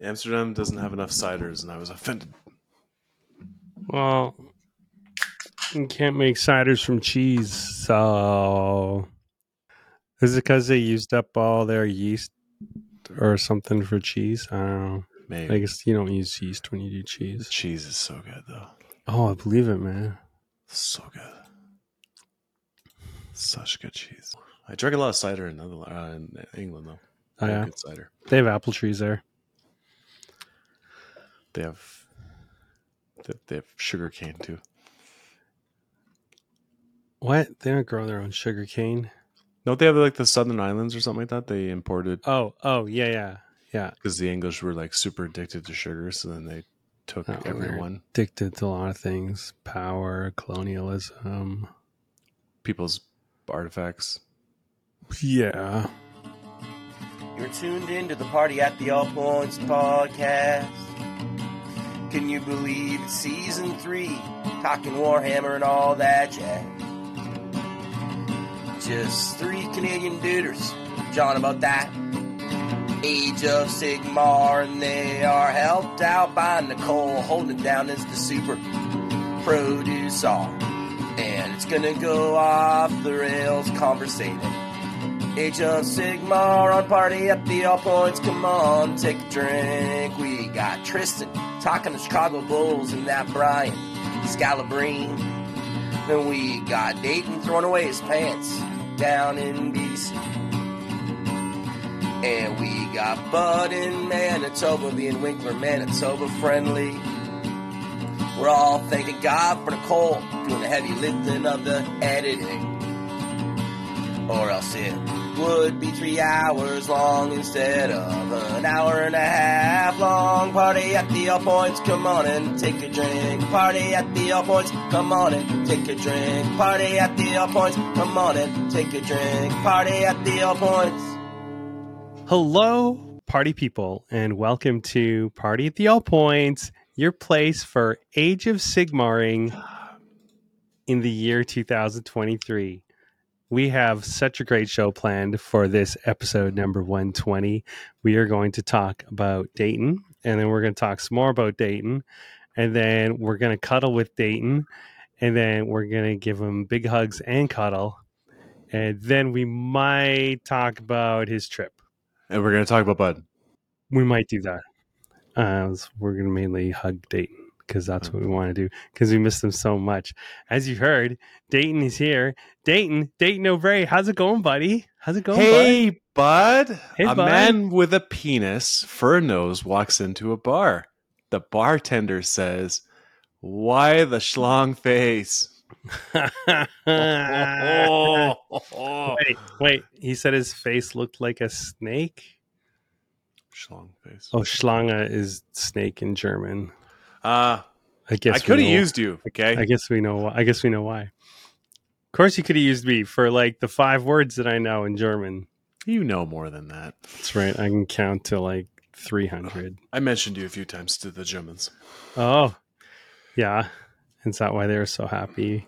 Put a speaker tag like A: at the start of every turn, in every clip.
A: Amsterdam doesn't have enough ciders, and I was offended.
B: Well, you can't make ciders from cheese, so is it because they used up all their yeast or something for cheese? I don't know.
A: Maybe
B: I guess you don't use yeast when you do cheese.
A: cheese is so good though,
B: Oh, I believe it, man.
A: so good, such good cheese. I drank a lot of cider in Netherlands, uh, in England though.
B: Oh,
A: They have
B: yeah.
A: good cider.
B: They have apple trees there.
A: They have they, they have sugar cane too.
B: What? They don't grow their own sugar cane.
A: Don't they have like the Southern Islands or something like that? They imported
B: Oh, oh, yeah, yeah. Yeah.
A: because the English were like super addicted to sugar, so then they took
B: Oh, weird.
A: everyone
B: Addicted to a lot of things power, colonialism.
A: people's artifacts.
B: Yeah.
C: You're tuned in to the Party at the All Points podcast. Can you believe it's season three? Talking Warhammer and all that jazz. Just three Canadian duders, John about that. Age of Sigmar, and they are helped out by Nicole holding it down as the super producer. And it's gonna go off the rails conversating. Age of Sigmar on party at the all points. Come on, take a drink. We got Tristan talking the Chicago Bulls and that Brian Scalabrine. Then we got Dayton throwing away his pants down in BC. And we got Bud in Manitoba being Winkler Manitoba friendly. We're all thanking God for Nicole doing the heavy lifting of the editing or else it would be three hours long instead of an hour and a half long. Party at the All Points, come on and take a drink. Party at the All Points, come on and take a drink. Party at the All Points, come on and take a drink. Party at the All Points.
B: Hello, party people, and welcome to Party at the All Points, your place for Age of Sigmaring in the year 2023. We have such a great show planned for this episode number 120. We are going to talk about Dayton, and then we're going to talk some more about Dayton, and then we're going to cuddle with Dayton, and then we're going to give him big hugs and cuddle, and then we might talk about his trip
A: And we're gonna talk about Bud.
B: we might do that. Uh, so we're going to mainly hug Dayton because that's what we want to do because we miss them so much. As you heard, Dayton is here. Dayton, Dayton O'Brien, how's it going, buddy? How's it going, buddy?
A: hey, bud.
B: Hey,
A: a
B: bud.
A: man with a penis for a nose walks into a bar. The bartender says, "Why the schlong face?"
B: wait, wait. He said his face looked like a snake.
A: Schlong face.
B: Oh, Schlange is snake in German.
A: Uh,
B: I guess
A: I
B: we
A: could have
B: know-
A: used you. Okay.
B: I guess we know. why- I guess we know why. Of course, you could have used me for like the five words that I know in German.
A: you know more than that.
B: That's right. I can count to like 300.
A: I mentioned you a few times to the Germans.
B: Oh, yeah. Is that why they were so happy?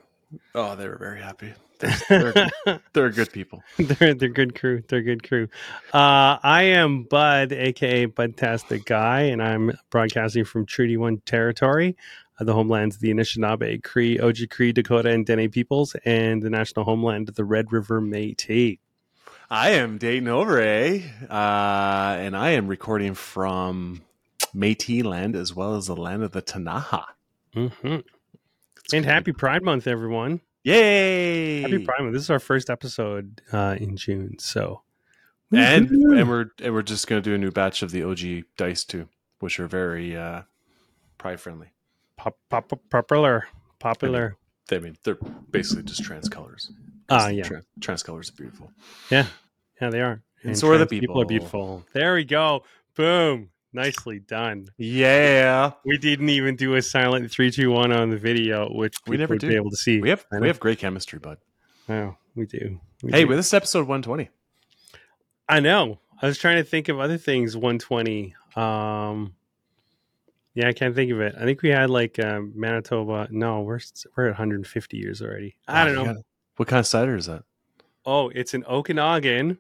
A: Oh, they were very happy.
B: they're,
A: They're good people.
B: they're good crew. They're good crew. Uh, I am Bud, aka Budtastic Guy, and I'm broadcasting from Treaty One territory, uh, the homelands of the Anishinaabe, Cree, Oji-Cree, Dakota, and Dene peoples, and the national homeland of the Red River Métis.
A: I am Dayton Overay, uh, and I am recording from Métis land as well as the land of the Tanaha.
B: hmm And happy Pride Month, everyone!
A: Yay!
B: Happy Pride Month. This is our first episode uh, in June, so
A: and
B: Woohoo!
A: and we're and we're just gonna do a new batch of the OG dice too, which are very uh, pride friendly.
B: pop, pop, popular, popular.
A: I mean, they're basically just trans colors.
B: Ah, yeah,
A: trans, trans colors are beautiful.
B: yeah, they are.
A: And so are the
B: trans People
A: people.
B: are beautiful. There we go. Boom. Nicely done.
A: Yeah,
B: We didn't even do a silent three, two, one on the video, which
A: We
B: people
A: never
B: would
A: do.
B: be able to see.
A: we have
B: I know.
A: we have great chemistry, bud.
B: Oh, we do. We
A: Hey,
B: do.
A: well, this is episode one twenty.
B: I know. I was trying to think of other things. One twenty. Um, yeah, I can't think of it. I think we had like um, Manitoba. No, we're s- we're at 150 years already. I don't know.
A: Oh, What kind of cider is that?
B: Oh, it's an Okanagan.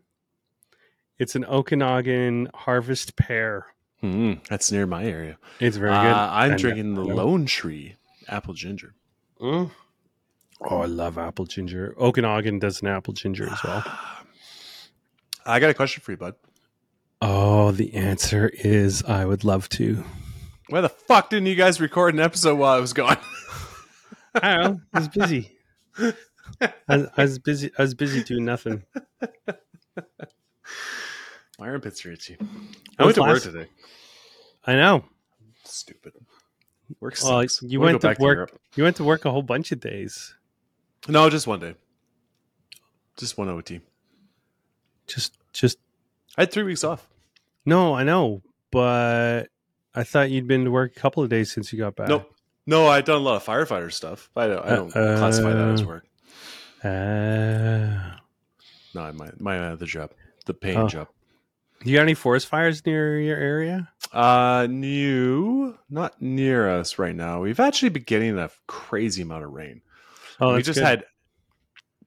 B: It's an Okanagan harvest pear.
A: Mm, that's near my area.
B: It's very
A: Uh,
B: good.
A: I'm
B: And-
A: drinking the
B: I know.
A: Lone Tree apple ginger.
B: Mm. Oh, I love apple ginger. Okanagan does an apple ginger as well.
A: I got a question for you, bud.
B: Oh, the answer is I would love to.
A: Why the fuck didn't you guys record an episode while I was gone?
B: I don't know. I was busy. I, I was busy. I was busy doing nothing.
A: My armpits are itchy. I
B: When was
A: went to work
B: last-
A: today.
B: I know.
A: Stupid. Work
B: Well,
A: sucks. I
B: you
A: wanna
B: went
A: go
B: to
A: back
B: work.
A: Europe.
B: you went to work a whole bunch of days.
A: no, just one day. Just one OT.
B: Just, just
A: I had three weeks off.
B: no. I know, but I thought you'd been to work a couple of days since you got back.
A: Nope. No, I'd done a lot of firefighter stuff. I don't, I don't
B: Uh,
A: classify that as work.
B: Uh,
A: No, my my other job, the paint
B: Oh.
A: job.
B: you got any forest fires near your area?
A: Uh, new, not near us right now. We've actually been getting a crazy amount of rain.
B: Oh,
A: we
B: that's
A: just
B: good.
A: had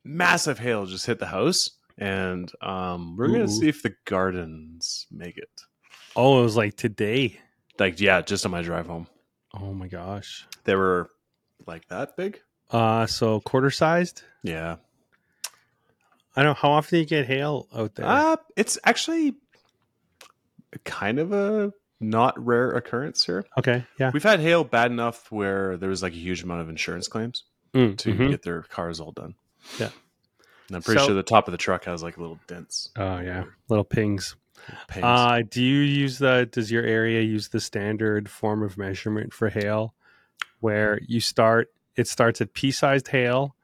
A: massive hail just hit the house, and um, we're
B: Ooh.
A: gonna see if the gardens make it.
B: Oh, it was like today.
A: Like, yeah, just on my drive home,
B: Oh my gosh.
A: they were like that big.
B: Uh so quarter sized.
A: Yeah,
B: I don't know how often you get hail out there.
A: uh, it's actually kind of a not rare occurrence here.
B: okay, yeah.
A: We've had hail bad enough where there was like a huge amount of insurance claims
B: Mm,
A: to
B: mhm.
A: get their cars all done.
B: Yeah.
A: And I'm pretty
B: So-
A: sure the top of the truck has like little dents.
B: Oh yeah, little pings.
A: Pains.
B: Uh do you use the does your area use the standard form of measurement for hail where you start it starts at pea-sized hail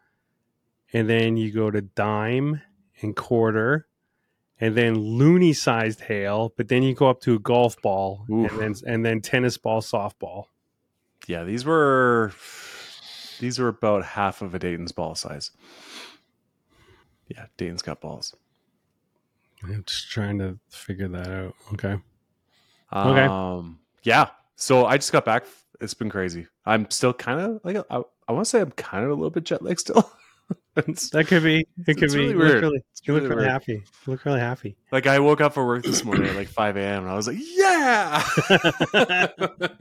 B: and then you go to dime and quarter and then loony sized hail, but then you go up to a golf ball
A: Oof.
B: and then and then tennis ball, softball.
A: yeah, these were these were about half of a Dayton's ball size. Yeah, Dayton's got balls.
B: I'm just trying to figure that out. Okay.
A: Um,
B: Okay.
A: Yeah. So I just got back. It's been crazy. I'm still kind of like I, I want to say I'm kind of a little bit jet lagged still. It's-
B: That could be. It could
A: It's
B: be.
A: really
B: You
A: weird.
B: Look really,
A: it's
B: you look
A: really
B: really
A: weird.
B: happy. You look really happy.
A: Like I woke up for work this morning at like 5 a.m. and I was like, yeah.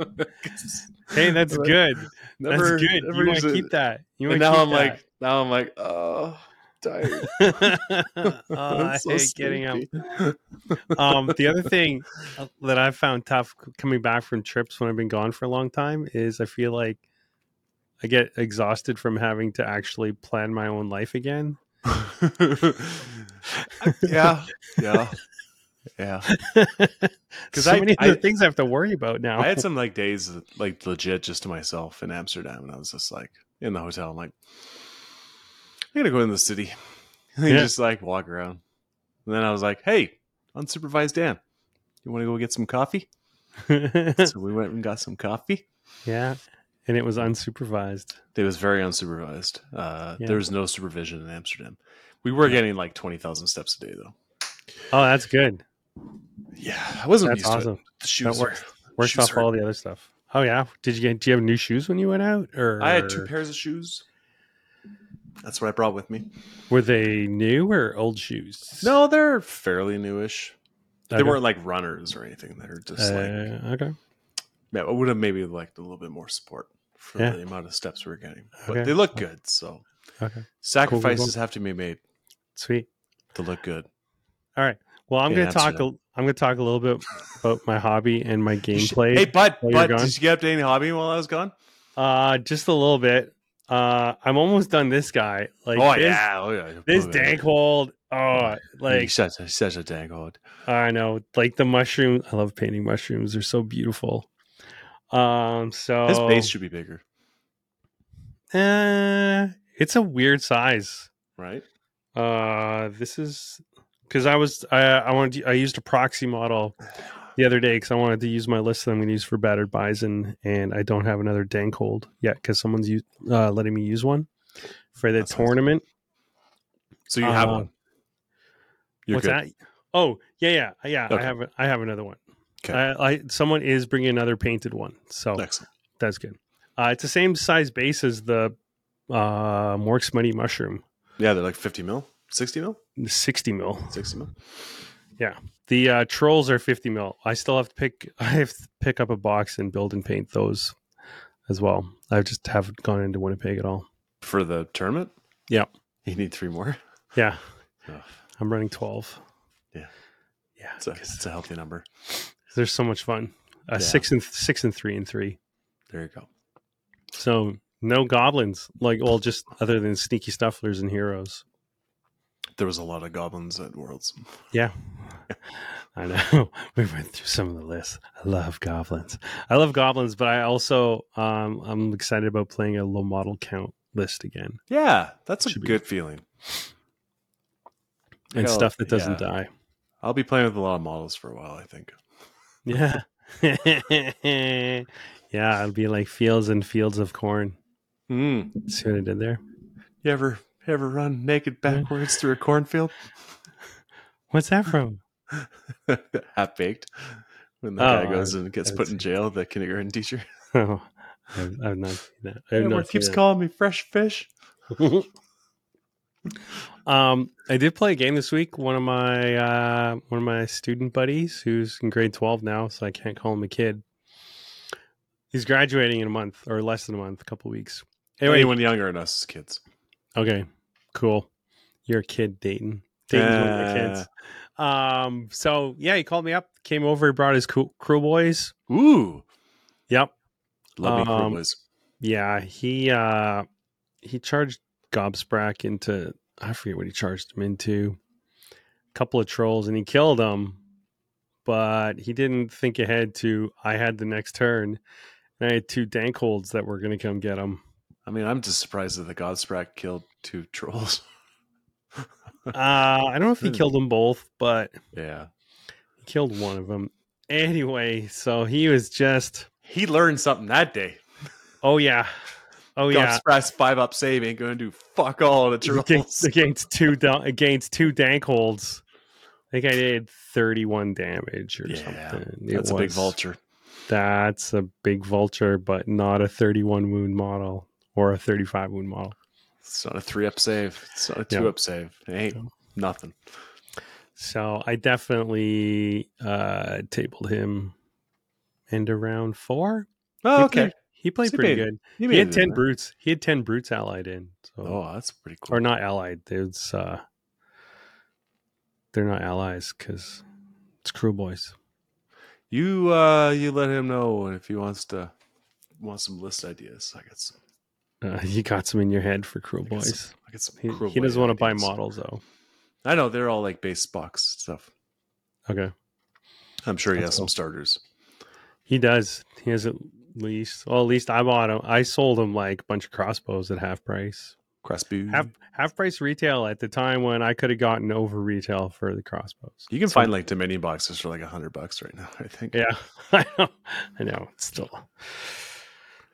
B: Hey, that's
A: Like,
B: good.
A: never-
B: that's good.
A: never
B: You want
A: used it.
B: to keep that. You
A: And
B: want
A: now I'm like, now I'm like, oh, tired.
B: like, oh, I
A: I'm so
B: hate getting up.
A: sleepy.
B: Um, the other thing uh, that I've found tough c- coming back from trips when I've been gone for a long time is I feel like I get exhausted from having to actually plan my own life again.
A: yeah, yeah, yeah.
B: Because
A: 'Cause
B: so
A: I-
B: many
A: I-
B: other things I have to worry about now.
A: I had some like days, like legit, just to myself in Amsterdam, and I was just like in the hotel. I'm like, I gotta go in the city, and
B: Yeah.
A: just like walk around. And then I was like, hey, unsupervised Dan, you want to go get some coffee? so we went and got some coffee.
B: yeah, and it was unsupervised.
A: It was very unsupervised. Uh,
B: Yeah.
A: There was no supervision in Amsterdam. We were getting like twenty thousand steps a day, though.
B: Oh, that's good.
A: Yeah, I wasn't
B: That's
A: used to it.
B: awesome.
A: The shoes
B: That
A: were-
B: works. Works
A: Shoes
B: off
A: hurt.
B: all the other stuff. Oh yeah. Did you get? Do you have new shoes when you went out? Or
A: I had two pairs of shoes. That's what I brought with me.
B: Were they new or old shoes?
A: No, they're fairly newish. They
B: Okay.
A: weren't like runners or anything. They're just like
B: Uh, okay.
A: yeah, I would have maybe liked a little bit more support for
B: Yeah.
A: the amount of steps we were getting. But
B: Okay.
A: they look good, so
B: Okay.
A: sacrifices have to be made
B: Sweet.
A: to look good.
B: All right. Well, I'm
A: Yeah,
B: gonna talk. A,
A: absolutely.
B: I'm gonna talk a little bit about my hobby and my gameplay.
A: Hey, bud,
B: while you're
A: bud,
B: gone?
A: did you get up to any hobby while I was gone?
B: Uh, just a little bit. Uh, I'm almost done. This guy. Like.
A: oh
B: this,
A: yeah, oh yeah.
B: This
A: Oh, yeah.
B: dank hold. Oh,
A: he's
B: like
A: such a, he's such a dank old.
B: I know. Like the mushroom. I love painting mushrooms. They're so beautiful. Um. So
A: His base should be bigger,
B: Uh, it's a weird size.
A: right?
B: Uh, this is because I was I I wanted to, I used a proxy model the other day because I wanted to use my list that I'm going to use for battered bison, and I don't have another dank hold yet because someone's u- uh, letting me use one for the
A: That sounds-
B: tournament.
A: So you have
B: Uh,
A: one. You're
B: What's
A: good.
B: that? Oh yeah yeah yeah I
A: Okay.
B: have a, I have another one.
A: Okay.
B: I, I someone is bringing another painted one, so
A: Excellent.
B: that's good. Uh, it's the same size base as the uh, Mork's Money Mushroom,
A: Yeah, they're like fifty mil, sixty mil,
B: the 60 mil.
A: sixty mil.
B: The uh, trolls are 50 mil. I still have to pick. I have to pick up a box and build and paint those as well. I just haven't gone into Winnipeg at all.
A: for the tournament.
B: Yeah.
A: you need three more.
B: Yeah,
A: Ugh.
B: I'm running 12.
A: Yeah.
B: yeah.
A: It's a, it's a healthy number.
B: They're so much fun. Uh,
A: Yeah.
B: Six and six and three and three.
A: There you go.
B: So no goblins. Like well, just other than sneaky snufflers and heroes.
A: There was a lot of goblins at Worlds.
B: Yeah. I know. We went through some of the lists. I love goblins. I love goblins, but I also um I'm excited about playing a low model count list again.
A: Yeah, that's a
B: Should be-
A: good feeling.
B: And
A: Hell,
B: stuff that doesn't
A: yeah.
B: die.
A: I'll be playing with a lot of models for a while. I think.
B: Yeah. yeah, it'll be like fields and fields of corn.
A: Mm.
B: See what I did there?
A: You ever ever run naked
B: Hmm.
A: backwards through a cornfield?
B: What's that from?
A: Half baked. When the
B: Oh,
A: guy goes
B: I-
A: and gets
B: I
A: put in
B: see.
A: jail, the kindergarten teacher.
B: Oh, I've, I've not seen that. I've
A: Everyone
B: not seen
A: keeps
B: that.
A: calling me fresh fish.
B: um, I did play a game this week. One of my uh, one of my student buddies, who's in grade twelve now, so I can't call him a kid. He's graduating in a month or less than a month, a couple weeks. Anyway,
A: Anyone younger than us is kids.
B: okay, cool. You're a kid, Dayton. Dayton's one of the
A: Yeah.
B: kids. Um, so yeah, he called me up, came over, he brought his cool, crew boys.
A: Ooh,
B: Yep,
A: love me
B: Um,
A: um, boys.
B: Yeah, he uh he charged Gobsprack into I forget what he charged him into. A couple of trolls and he killed them. But he didn't think ahead to I had the next turn and I had two dank holds that were gonna come get him.
A: I mean, I'm just surprised that the Godsprack killed two trolls.
B: Uh I don't know if he killed them both, but
A: yeah,
B: he killed one of them. Anyway, so he was just
A: he learned something that day.
B: oh yeah. Oh yeah.
A: Godsprack's five up save ain't going to do fuck all to
B: against,
A: trolls.
B: against two da- against two dank holds. I think I did thirty-one damage or
A: Yeah,
B: something. It
A: That's a big
B: was-
A: vulture.
B: That's a big vulture, but not a thirty-one wound model or a thirty-five wound model.
A: It's not a three up save. It's not a
B: Yeah.
A: two up save. It ain't
B: Yeah.
A: nothing.
B: So I definitely uh tabled him into round four.
A: Oh,
B: He
A: okay.
B: played- he played
A: So he
B: pretty
A: made-
B: good.
A: You
B: He
A: made
B: had
A: it
B: ten
A: in there.
B: brutes. He had ten brutes allied in. So
A: Oh, that's pretty cool.
B: or not allied. It's uh, they're not allies because it's crew boys.
A: You uh, you let him know if he wants to want some list ideas. I got some.
B: Uh, you got some in your head for Cruel
A: I got some-
B: Boys.
A: I got some.
B: He,
A: cool
B: he doesn't
A: boy
B: want to buy
A: ideas.
B: models though.
A: I know they're all like base box stuff.
B: Okay,
A: I'm sure he
B: That's
A: has some
B: cool.
A: starters.
B: he does. He has at least. Well, at least I bought him. I sold him like a bunch of crossbows at half price.
A: Crossbow.
B: Half half price retail at the time when I could have gotten over retail for the crossbows.
A: You can
B: So-
A: find like Dominion boxes for like a hundred bucks right now. I think.
B: Yeah, I know. I know. It's still.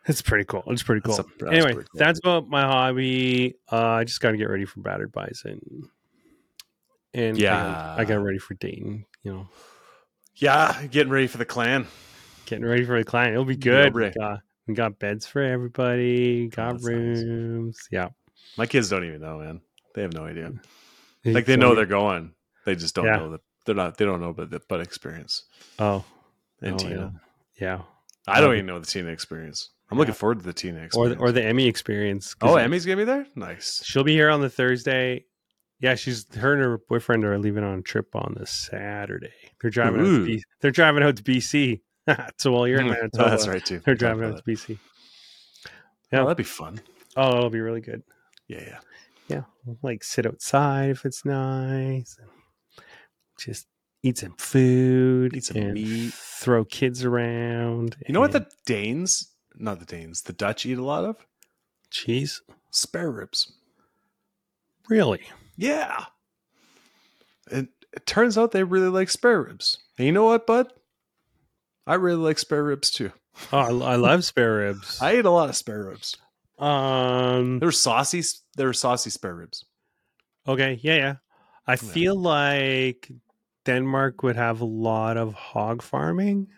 B: It's pretty cool. It's pretty cool.
A: That's a- that's
B: anyway,
A: pretty cool.
B: that's about my hobby. Uh, I just got to get ready for Battered Bison. And I got- I,
A: Yeah.
B: got ready for Dayton. You know,
A: Yeah, getting ready for the clan.
B: getting ready for the client. It'll be good. we,
A: break.
B: got, we got beds for everybody. Got
A: Oh, that's nice.
B: rooms.
A: My kids don't even know, man. They have no
B: Mm,
A: idea.
B: Yeah,
A: Like they
B: So
A: know
B: we-
A: they're going. They just don't
B: Yeah.
A: know that they're not. They don't know, but the but experience
B: Oh,
A: and
B: oh,
A: Tina.
B: yeah.
A: I don't
B: Yeah.
A: even know the Tina experience. I'm
B: Yeah.
A: looking forward to the Tina
B: yeah. Or
A: experience.
B: the, or the Emmy experience. 'cause
A: oh, Emmy's gonna be there. Nice.
B: She'll be here on the Thursday. Yeah, she's her and her boyfriend are leaving on a trip on the Saturday. They're driving out to
A: Ooh.
B: B, they're driving out to BC. so while you're in
A: Mm,
B: Manitoba,
A: that's right too. We
B: they're
A: talked
B: driving
A: about
B: out to BC.
A: that.
B: yeah.
A: Oh, that'd be fun.
B: Oh, it'll be really good.
A: Yeah, yeah.
B: We'll, like sit outside if it's nice. and Just eat some food.
A: Eat some
B: and
A: meat.
B: Throw kids around.
A: You know what
B: and
A: the Danes, not the Danes, the Dutch eat a lot of
B: cheese?
A: spare ribs.
B: Really?
A: Yeah. It, it turns out they really like spare ribs. And you know what, bud? I really like spare ribs too.
B: Oh, I, I love spare ribs.
A: I ate a lot of spare ribs.
B: um,
A: There were saucy, there were saucy spare ribs.
B: Okay, yeah, yeah. I feel like Denmark would have a lot of hog farming.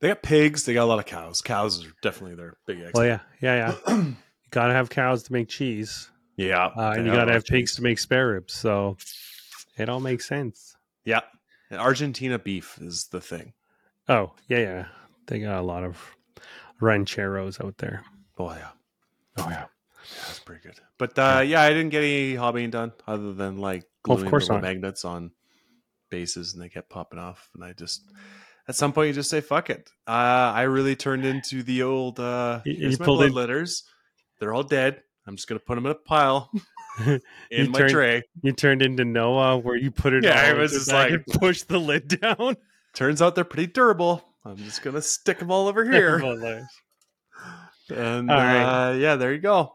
A: They got pigs. They got a lot of cows. Cows are definitely their big
B: Well,
A: export.
B: yeah, yeah, yeah. you gotta have cows to make cheese,
A: yeah,
B: uh,
A: they got a
B: and you gotta
A: lot
B: have
A: of
B: pigs
A: cheese.
B: to make spare ribs. So it all makes sense.
A: Yeah, Argentina beef is the thing.
B: Oh, yeah, yeah. They got a lot of rancheros out there.
A: Oh yeah,
B: Oh, yeah.
A: yeah that's pretty good. But uh, yeah, I didn't get any hobbying done other than like
B: Oh, of
A: gluing
B: course
A: little
B: not.
A: magnets on bases, and they kept popping off. And I just at some point you just say fuck it. Uh, I really turned into the old uh,
B: You- you
A: here's my
B: pulled
A: blood
B: in-
A: letters. They're all dead. I'm just gonna put them in a pile in
B: You
A: my
B: turned-
A: tray.
B: You turned into Noah where you put it
A: Yeah,
B: all
A: I was
B: into
A: just
B: the bag
A: like-
B: and push the lid down.
A: Turns out they're pretty durable. I'm just gonna stick them all over here.
B: Oh, nice.
A: and
B: All right.
A: uh, yeah, there you go.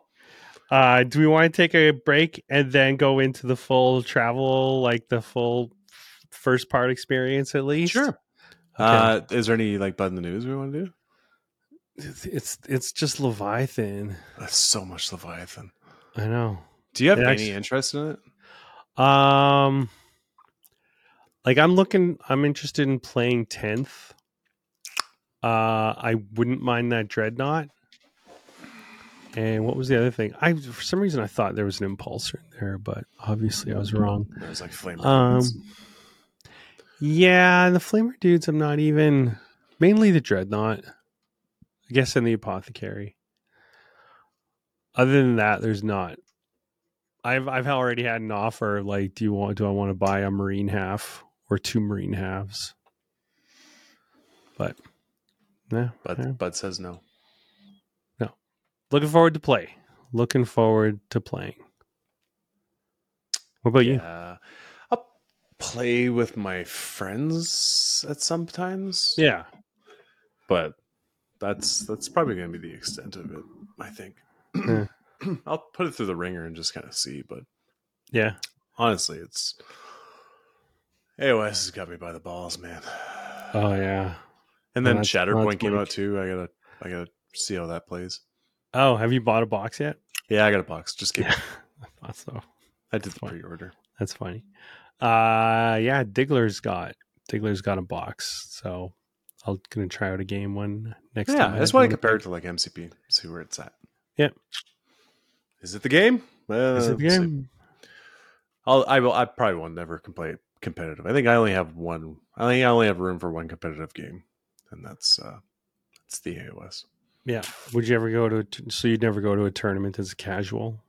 B: uh, do we want to take a break and then go into the full travel, like the full first part experience at least?
A: Sure. Uh, is there any like bud in the news we want to do?
B: It's it's, it's just Leviathan.
A: That's so much Leviathan.
B: I know.
A: Do you have
B: It
A: any
B: actu-
A: interest in it?
B: Um, like I'm looking, I'm interested in playing tenth. Uh, I wouldn't mind that dreadnought. And what was the other thing? I for some reason I thought there was an impulsor in there, but obviously I was wrong.
A: There was like flame.
B: Um,
A: rockets.
B: Yeah, the flamer dudes. I'm not even mainly the dreadnought. I guess and the apothecary. Other than that, there's not. I've I've already had an offer. Like, do you want? Do I want to buy a marine half or two marine halves? But yeah,
A: Bud,
B: yeah.
A: Bud says no.
B: looking forward to play. Looking forward to playing. What about you?
A: Yeah. I'll play with my friends at sometimes.
B: Yeah.
A: But that's that's probably gonna be the extent of it, I think.
B: Yeah.
A: I'll put it through the ringer and just kind of see, but
B: Yeah.
A: honestly, it's AOS has got me by the balls, man.
B: Oh yeah.
A: and
B: well,
A: then
B: that's- that's
A: Shatterpoint came
B: like-
A: out too. I gotta I gotta see how that plays.
B: Oh, have you bought a box yet?
A: Yeah, I got a box. Just kidding.
B: I thought so.
A: I did the
B: Fine.
A: pre-order.
B: That's funny. Uh yeah, Diggler's got Diggler's got a box, so I'm gonna try out a game one next
A: yeah,
B: time.
A: I just want to compare it to like MCP, see where it's at.
B: Yeah.
A: Is it the game? Well,
B: Is it the
A: we'll see.
B: game?
A: I'll, I will. I probably will never play competitive. I think I only have one. I think I only have room for one competitive game, and that's uh, that's the AOS.
B: Yeah. Would you ever go to? A t- so you'd never go to a tournament as a casual?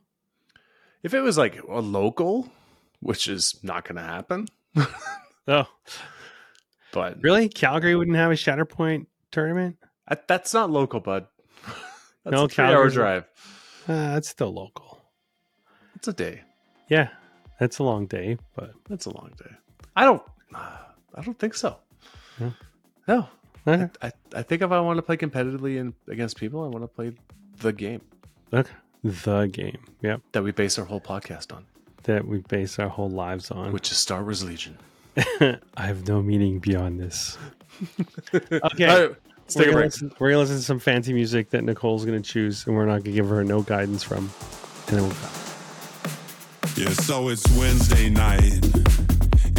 A: If it was like a local, which is not going to happen,
B: Oh,
A: but
B: really? Calgary wouldn't have a Shatterpoint tournament?
A: I- that's not local, bud. that's
B: No,
A: a three-hour
B: Calgary's-
A: drive.
B: Uh, that's still local.
A: It's a day.
B: Yeah, that's a long day, but
A: That's a long day. I don't. I don't think so.
B: Yeah.
A: No,
B: uh,
A: I, I think if I want to play competitively and against people, I want to play the game
B: look, the game. Yep,
A: that we base our whole podcast on,
B: that we base our whole lives on.
A: which is Star Wars Legion.
B: I have no meaning beyond this. okay.
A: All right, let's
B: we're
A: take a
B: gonna,
A: break.
B: listen, we're gonna listen to some fancy music that Nicole's gonna choose, and we're not gonna give her no guidance from. And then we'll
D: Yeah, so it's Wednesday night, and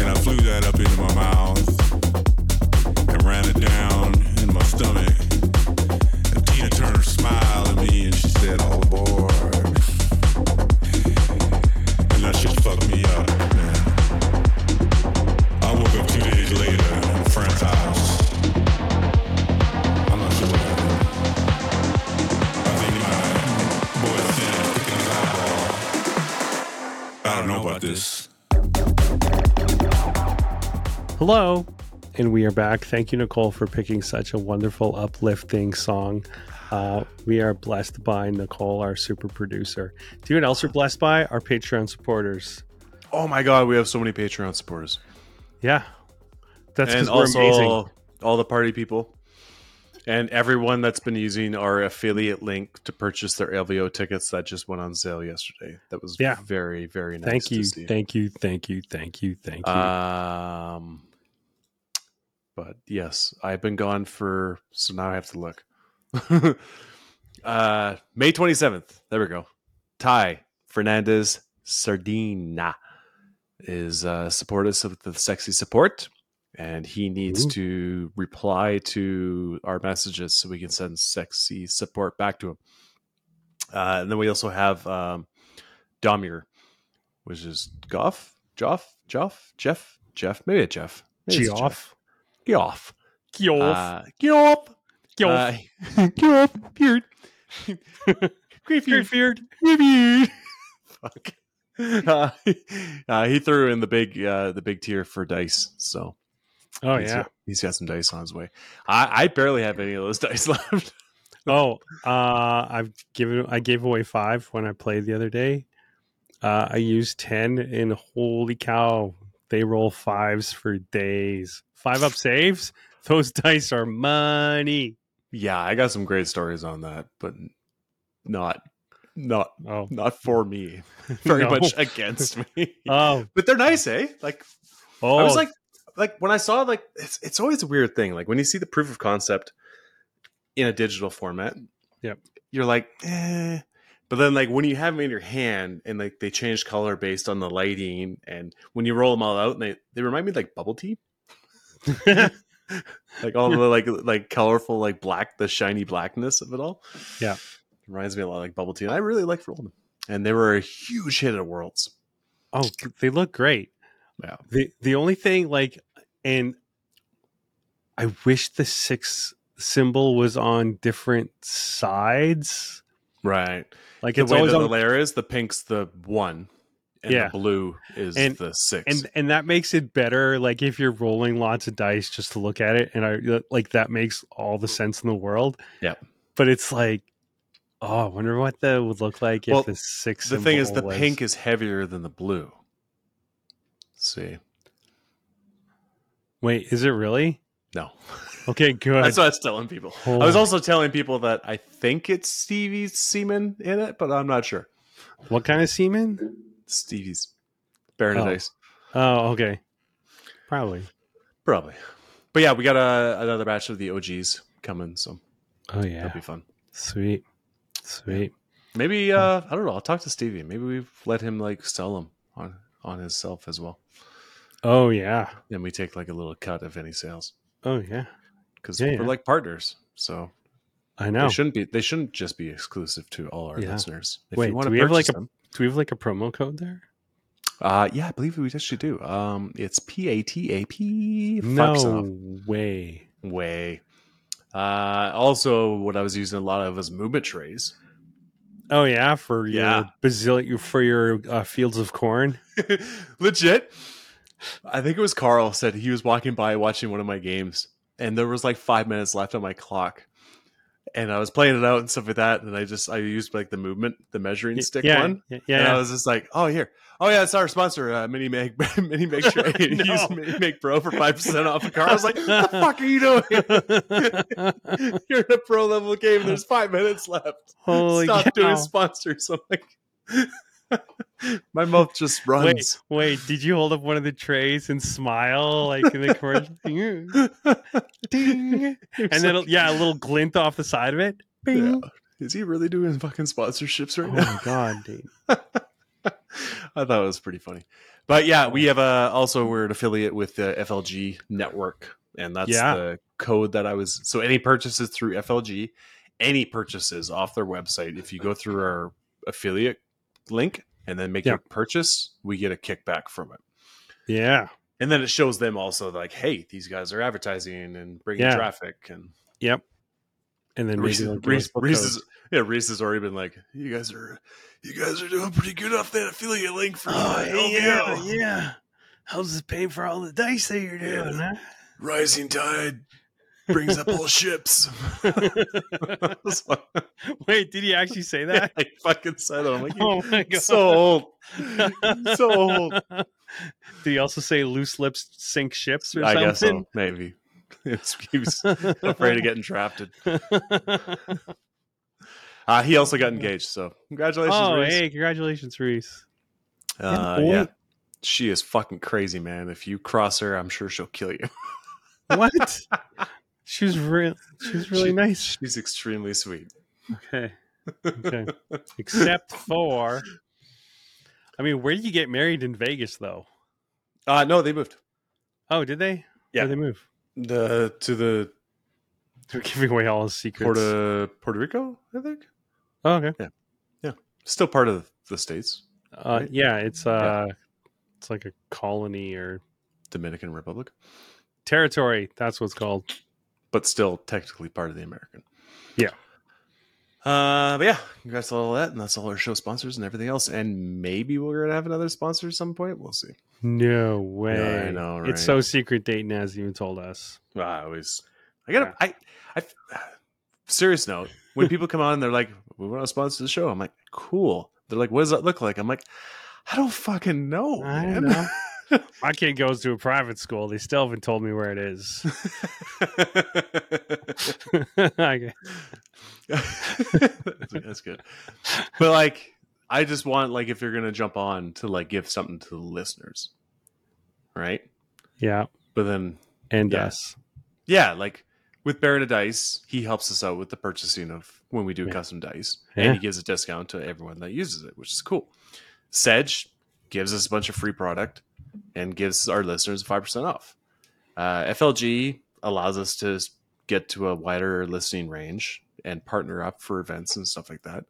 D: And I flew that up into my mouth and ran it down in my stomach. And Tina Turner smiled at me and she said, "Oh, All aboard. And that shit fucked me up, man. I woke up two days later in a friend's house. I'm not sure what happened. I think my boy Sam picking his eyeball. I don't know about this.
B: Hello, and we are back. Thank you, Nicole, for picking such a wonderful, uplifting song. Uh, we are blessed by Nicole, our super producer. Do you know what else we're blessed by? Our Patreon supporters.
A: Oh my god, we have so many Patreon supporters,
B: Yeah, that's
A: and
B: because we're
A: also
B: amazing.
A: all the party people, and everyone that's been using our affiliate link to purchase their LVO tickets that just went on sale yesterday. That was
B: Yeah.
A: very very nice.
B: Thank
A: to Uh,
B: you,
A: see.
B: thank you, thank you, thank you, thank you.
A: Um, But yes, I've been gone for so now I have to look. uh May 27th. There we go. Ty Fernandez Sardina is uh supportive of the sexy support and he needs
B: Ooh.
A: to reply to our messages so we can send sexy support back to him. Uh, and then we also have um, Domir, which is Goff, Joff, Joff, Jeff, Jeff, maybe a Jeff, Maybe it's a Jeff.
B: Geoff.
A: Geoff,
B: Geoff.
A: Uh, Geoff,
B: Geoff.
A: uh, Geoff, beard, Greybeard,
B: Greybeard.
A: Greybeard. Fuck. Uh, uh, he threw in the big, uh, the big tier for dice. So
B: Oh,
A: He's
B: yeah.
A: got- he's got some dice on his way. I, I barely have any of those dice left.
B: Oh, uh, I've given I gave away five when I played the other day. Uh, I used ten, and holy cow, they roll fives for days. Five up saves. Those dice are money.
A: yeah, I got some great stories on that, but not not
B: Oh,
A: not for me. Very
B: No.
A: much against me.
B: oh,
A: but they're nice, eh? Like
B: oh!
A: I was like like when I saw like it's it's always a weird thing. Like when you see the proof of concept in a digital format,
B: Yep.
A: you're like, eh. But then like when you have them in your hand and like they change color based on the lighting and when you roll them all out and they, they remind me like bubble tea. like all the like like colorful like black the shiny blackness of it all
B: Yeah.
A: reminds me a lot of like bubble tea and i really liked rolling them and they were a huge hit at worlds
B: oh, they look great.
A: Yeah.
B: The the only thing like, and I wish the six symbol was on different sides.
A: right
B: Like
A: the
B: it's
A: way
B: always
A: that
B: on
A: the layer is the pink's the one and
B: Yeah.
A: the blue is
B: And-
A: the six
B: and and that makes it better like if you're rolling lots of dice just to look at it and i uh, like that makes all the sense in the world
A: Yep.
B: but it's like oh i wonder what that would look like
A: Well,
B: if the six
A: the thing is the
B: symbol was-
A: pink is heavier than the blue see
B: wait is it really
A: no
B: okay good
A: that's what i was telling people i was also telling people that i think it's stevie's semen in it but i'm not sure
B: what kind of semen
A: stevie's baron
B: Oh.
A: of dice
B: oh okay probably
A: Probably. But yeah, we got a, another batch of the OGs coming, so
B: oh yeah
A: that'll be fun.
B: sweet sweet
A: Maybe uh I don't know, I'll talk to Stevie. Maybe we've let him like sell them on on his self as well.
B: oh yeah
A: And we take like a little cut of any sales
B: oh yeah
A: cuz
B: Yeah,
A: we're
B: yeah.
A: like partners. So
B: i know
A: they shouldn't be they shouldn't just be exclusive to all our
B: Yeah.
A: listeners. If
B: Wait,
A: you want
B: do
A: to
B: we have, like,
A: purchase
B: a-
A: them,
B: do we have like a promo code there
A: uh yeah, I believe we actually do. Um it's P A T A P
B: no way
A: way. Uh also what I was using a lot of was movement trays.
B: Oh yeah, for
A: Yeah.
B: your bazillion for your uh, fields of corn.
A: legit i think it was carl said he was walking by watching one of my games and there was like five minutes left on my clock and i was playing it out and stuff like that and i just i used like the movement the measuring
B: Y-
A: stick
B: yeah,
A: one
B: Yeah,
A: and
B: yeah.
A: i was just like oh here oh yeah it's our sponsor uh, mini make mini make sure
B: No.
A: use mini make pro for 5% off a car i was like what the fuck are you doing you're in a pro level game there's five minutes left
B: Holy
A: stop doing
B: cow.
A: sponsors i'm like my mouth just runs
B: Wait, wait, did you hold up one of the trays and smile like in the commercial? Ding. Ding. And then yeah, a little glint off the side of it. Bing.
A: is he really doing fucking sponsorships
B: Oh
A: right now?
B: my god, dude.
A: I thought it was pretty funny. But yeah, we have a also we're an affiliate with the FLG network, and that's
B: Yeah.
A: the code that I was. So any purchases through FLG, any purchases off their website, if you go through our affiliate link and then make
B: Yeah.
A: your purchase, we get a kickback from it.
B: Yeah.
A: And then it shows them also like, hey, these guys are advertising and bringing
B: Yeah.
A: traffic and
B: And then
A: Reese,
B: maybe they'll give
A: Reese,
B: us book
A: Reese
B: codes.
A: is, yeah, Reese has already been like, you guys are, you guys are doing pretty good off that affiliate link for uh, LBO.
B: Oh, yeah. How's this paying for all the dice that you're
A: doing,
B: huh?
A: Rising tide brings up all ships. I was like,
B: Wait, did he actually say
A: yeah,
B: that?
A: I fucking said it. I'm like,
B: Oh my
A: "You're
B: god.
A: so old, so old.
B: Do you also say loose lips sink ships or
A: I guess
B: something?
A: so. Maybe it's, he was afraid of getting drafted. Uh, he also got engaged. So congratulations,
B: oh,
A: Reese.
B: hey, congratulations, Reese.
A: Uh,
B: boy.
A: yeah, she is fucking crazy, man. If you cross her, I'm sure she'll kill you.
B: what? She was real. She was really
A: She-
B: nice.
A: She's extremely sweet.
B: Okay. Okay. Except for, I mean, where did you get married in Vegas though?
A: Uh no, they moved.
B: Oh, did they?
A: Yeah.
B: Where'd they move.
A: The to the
B: They're giving away all his secrets.
A: Puerto Puerto Rico, I think.
B: oh, okay.
A: Still part of the states,
B: Uh,
A: Right?
B: Yeah, it's uh, it's like a colony or
A: Dominican Republic,
B: territory. That's what's called.
A: but still technically part of the American.
B: Yeah.
A: Uh, but yeah, congrats to all that, and that's all our show sponsors and everything else. And maybe we're gonna have another sponsor at some point. We'll see.
B: No way.
A: know, right?
B: It's so secret. Dayton hasn't even told us.
A: Well, I always, I gotta, I, I, serious note, when people come on and they're like, we want to sponsor the show, I'm like, cool. They're like, what does that look like? I'm like, I don't fucking know.
B: I
A: man."
B: don't know. My kid goes to a private school. They still haven't told me where it is. I-
A: that's, that's good. But like, I just want, like, if you're going to jump on to like give something to the listeners, right?
B: yeah,
A: But then
B: and
A: Yeah.
B: us.
A: Yeah, like with Baron of Dice, he helps us out with the purchasing of when we do
B: Yeah.
A: custom dice,
B: Yeah.
A: and he gives a discount to everyone that uses it, which is cool. Sedge gives us a bunch of free product and gives our listeners five percent off. Uh, FLG allows us to s- get to a wider listening range and partner up for events and stuff like that.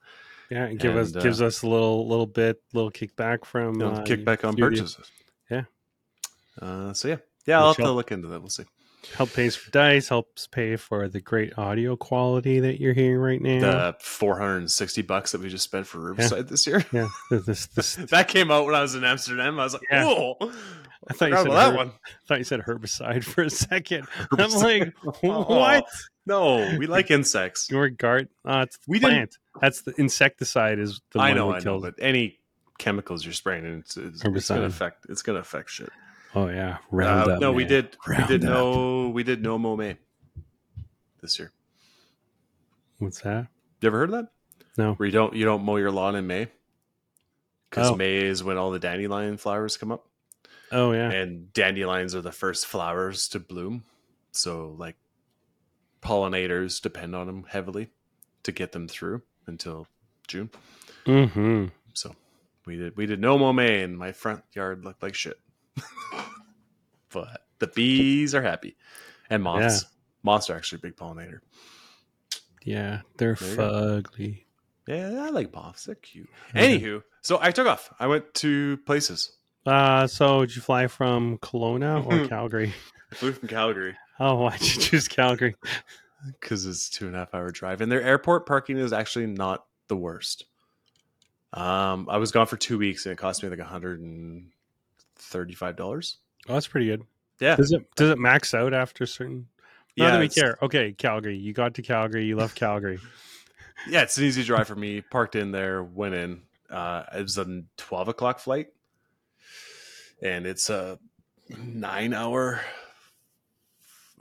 B: Yeah, and give us
A: And, uh,
B: gives us a little little bit little kickback from
A: You know,
B: uh,
A: kickback on
B: through the-
A: purchases.
B: Yeah.
A: Uh, so yeah, yeah, I'll have to
B: Michelle?
A: look into that. We'll see.
B: Help pays for dice. Helps pay for the great audio quality that you're hearing right now.
A: The 460 bucks that we just spent for Riverside this year.
B: yeah, this, this, this
A: that came out when I was in Amsterdam. I was like,
B: Yeah.
A: oh,
B: I thought you
A: forgot
B: said
A: about that
B: herb-
A: one.
B: I thought you said herbicide for a second. I'm like, what?
A: No, we like insects.
B: Your garden? Uh, it's
A: We
B: we
A: didn't-
B: plant. That's the insecticide is the
A: I
B: one
A: know,
B: that
A: I know,
B: kills.
A: but any chemicals you're spraying, it's, it's, it's
B: Herbicide.
A: gonna affect. It's gonna affect shit.
B: Oh yeah,
A: Uh, no, we
B: man.
A: did.
B: Round
A: we did
B: up.
A: no. We did no Mome this year.
B: What's that?
A: You ever heard of that?
B: No.
A: Where you don't you don't mow your lawn in May because
B: Oh.
A: May is when all the dandelion flowers come up.
B: Oh yeah.
A: and dandelions are the first flowers to bloom so like pollinators depend on them heavily to get them through until june
B: Mm-hmm.
A: so we did we did no more may and my front yard looked like shit but the bees are happy and moths moths are actually a big pollinator
B: Yeah, they're
A: There you go.
B: fugly.
A: yeah i like moths they're cute
B: Yeah.
A: anywho so i took off i went to places
B: Uh, so did you fly from Kelowna or Calgary?
A: i flew from calgary
B: Oh, why'd you choose Calgary?
A: because it's two and a half hour drive, and their airport parking is actually not the worst. Um, I was gone for two weeks, and it cost me like hundred and thirty-five dollars.
B: Oh, that's pretty good.
A: Yeah,
B: Does it does it max out after certain? Not that we
A: it's-
B: care. Okay, Calgary. You got to Calgary. You left Calgary.
A: Yeah, it's an easy drive for me. Parked in there, went in. Uh, it was a twelve o'clock flight, and it's a nine-hour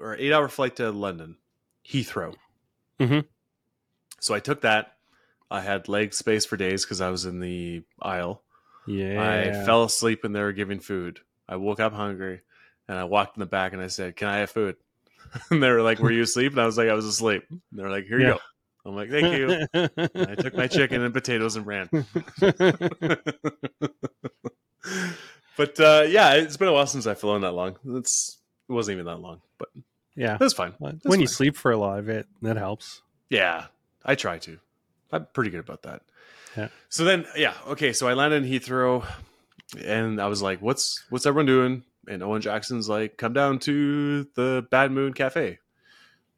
A: or eight-hour flight to London Heathrow.
B: Mhm.
A: So I took that. I had leg space for days because I was in the aisle.
B: Yeah.
A: I fell asleep and they were giving food. I woke up hungry and I walked in the back and I said, Can I have food? And they were like, Were you asleep? And I was like, I was asleep. And they were like, Here you
B: Yeah.
A: go. I'm like, Thank you. And I took my chicken and potatoes and ran. but uh, yeah, it's been a while since I've flown that long. It's, it wasn't even that long, but
B: yeah.
A: it was fine.
B: Well,
A: That's
B: when you
A: fine.
B: sleep for a lot of it, that helps.
A: Yeah, I try to. I'm pretty good about that.
B: Yeah.
A: So then, yeah, okay. So I landed in Heathrow, and I was like, "What's what's everyone doing?" And Owen Jackson's like, "Come down to the Bad Moon Cafe."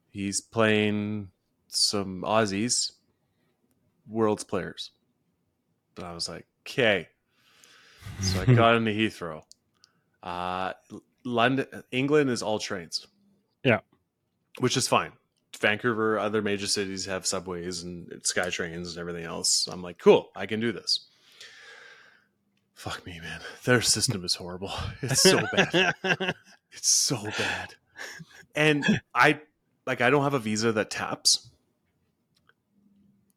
A: He's playing some Aussies, world's players. But I was like, "Okay." So I got into Heathrow. Uh, London, England is all trains.
B: Yeah.
A: which is fine. Vancouver, other major cities have subways and sky trains and everything else. I'm like, cool, I can do this. Fuck me, man. Their system is horrible. It's so bad. It's so bad. And I like I don't have a visa that taps.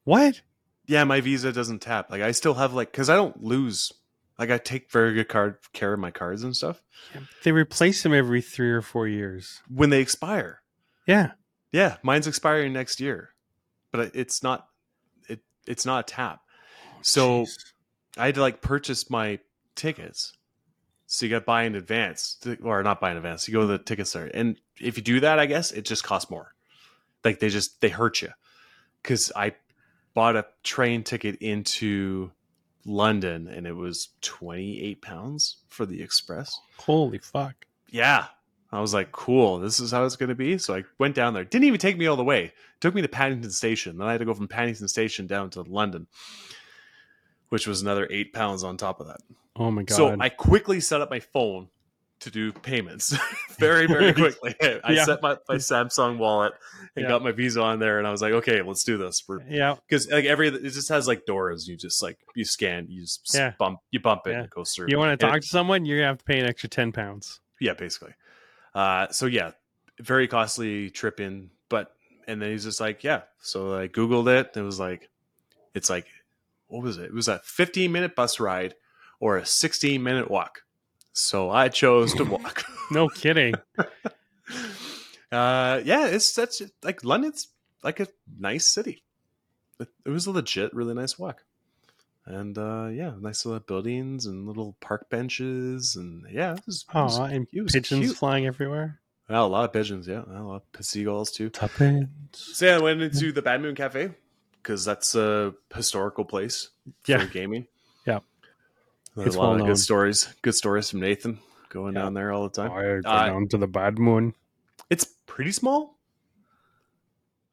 B: what?
A: Yeah, my visa doesn't tap. Like I still have like cuz I don't lose Like I take very good card care of my cards and stuff
B: They replace them every three or four years.
A: when they expire.
B: Yeah.
A: Yeah, mine's expiring next year, but I- it's not it it's not a tap. So
B: Jeez.
A: I had to like purchase my tickets. So you got to buy in advance, to- or not buy in advance. You go to the ticket store, and if you do that, I guess it just costs more. Like they just they hurt you because I bought a train ticket into London, and it was twenty eight pounds for the express
B: holy fuck.
A: yeah. I was like, cool, this is how it's going to be. So I went down there. Didn't even take me all the way. took me to Paddington Station. Then I had to go from Paddington Station down to London, which was another eight pounds on top of that.
B: Oh my god.
A: So I quickly set up my phone to do payments very, very quickly. I
B: Yeah.
A: set my, my Samsung wallet and
B: Yeah.
A: got my Visa on there. And I was like, okay, let's do this. We're
B: yeah.
A: because like every it just has like doors. You just like you scan, you just
B: Yeah.
A: bump, you bump it,
B: Yeah.
A: and it goes through.
B: You want
A: And
B: to
A: it-
B: talk to someone? You're gonna have to pay an extra ten pounds.
A: yeah basically uh so yeah very costly trip in but and then he's just like yeah so i googled it and it was like it's like what was it it was a 15 minute bus ride or a 16 minute walk so i chose to walk
B: No kidding.
A: uh yeah it's such like london's like a nice city it, it was a legit really nice walk and uh yeah nice little buildings and little park benches and yeah it was, it was
B: Oh, and
A: it was
B: pigeons
A: cute.
B: flying everywhere.
A: Well, a lot of pigeons, yeah. A lot of seagulls too.
B: Tuppence.
A: So yeah, I went into the Bad Moon Cafe because that's a historical place
B: Yeah.
A: for gaming.
B: Yeah.
A: There's
B: It's
A: a lot
B: well
A: of
B: known.
A: good stories. Good stories from Nathan going
B: Yeah.
A: down there all the time.
B: I go
A: Uh,
B: down to the bad moon.
A: It's pretty small.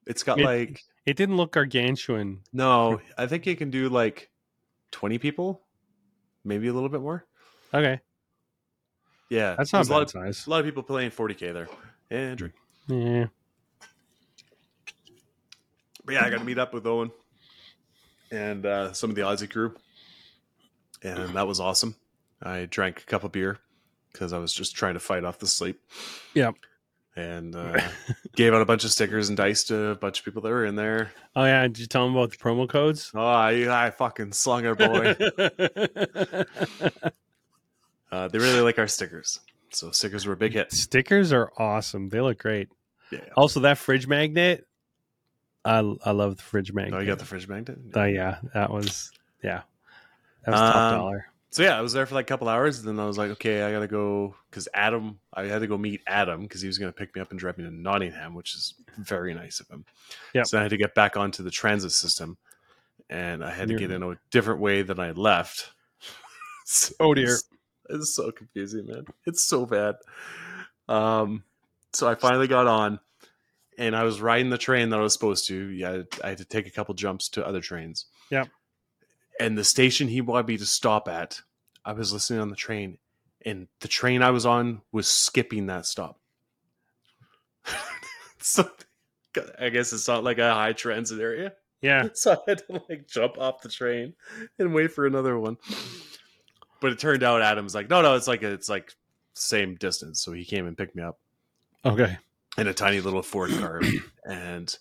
A: It's got
B: It-
A: like
B: It didn't look gargantuan.
A: no, I think it can do like twenty people, maybe a little bit more.
B: Okay,
A: Yeah,
B: that's
A: there's
B: not bad
A: a lot of
B: size.
A: a lot of people playing forty k there. And drink.
B: Yeah.
A: But yeah, I got to meet up with Owen and uh, some of the Aussie crew, and that was awesome. I drank a cup of beer because I was just trying to fight off the sleep.
B: Yep.
A: And uh, gave out a bunch of stickers and dice to a bunch of people that were in there.
B: Oh yeah. Did you tell them about the promo codes?
A: Oh, I, I fucking slung her boy. Oh, uh, they really like our stickers, so stickers were a big hit.
B: Stickers are awesome. They look great.
A: Yeah.
B: Also, that fridge magnet. I I love the fridge magnet.
A: Oh, you got the fridge magnet.
B: Oh yeah, that was yeah. That was top
A: Um,
B: dollar.
A: so yeah, I was there for like a couple hours, and then I was like, okay, I gotta go because Adam, I had to go meet Adam because he was gonna pick me up and drive me to Nottingham, which is very nice of him.
B: Yep.
A: So I had to get back onto the transit system, and I had to
B: You're-
A: get in a different way than I left. So
B: Oh
A: It's, it's so confusing, man. It's so bad. Um, so I finally got on, and I was riding the train that I was supposed to. Yeah, I had to take a couple jumps to other trains.
B: Yep.
A: And the station he wanted me to stop at, I was listening on the train, and the train I was on was skipping that stop. so I guess it's not like a high transit area
B: Yeah.
A: so I had to like jump off the train and wait for another one. But it turned out Adam's like, no, no, it's like it's like same distance. So he came and picked me up
B: Okay.
A: in a tiny little Ford car, and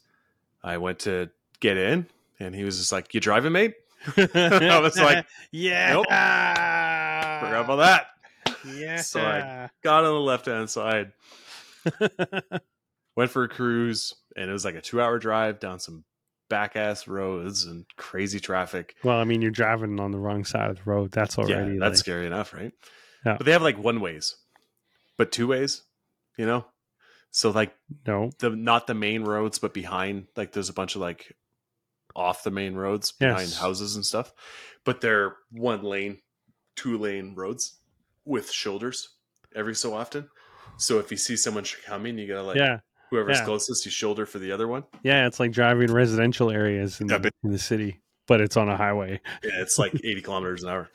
A: I went to get in, and he was just like, "You driving, mate?" I was like,
B: yeah.
A: nope. Forgot about that.
B: Yeah.
A: So I- Got on the left hand side, went for a cruise, and it was like a two hour drive down some back ass roads and crazy traffic.
B: well, I mean, you're driving on the wrong side of the road. That's already
A: yeah,
B: like-
A: that's scary enough, right?
B: Yeah.
A: But they have like one ways, but two ways, you know. So like
B: no.
A: the not the main roads, but behind like there's a bunch of like off the main roads behind
B: Yes.
A: houses and stuff, but they're one lane, two lane roads with shoulders every so often. So if you see someone sh- coming, you gotta like
B: yeah.
A: whoever's
B: yeah.
A: closest, you shoulder for the other one.
B: Yeah. It's like driving residential areas in,
A: Yeah,
B: the,
A: but-
B: in the city, but it's on a highway.
A: Yeah, it's like 80 kilometers an hour.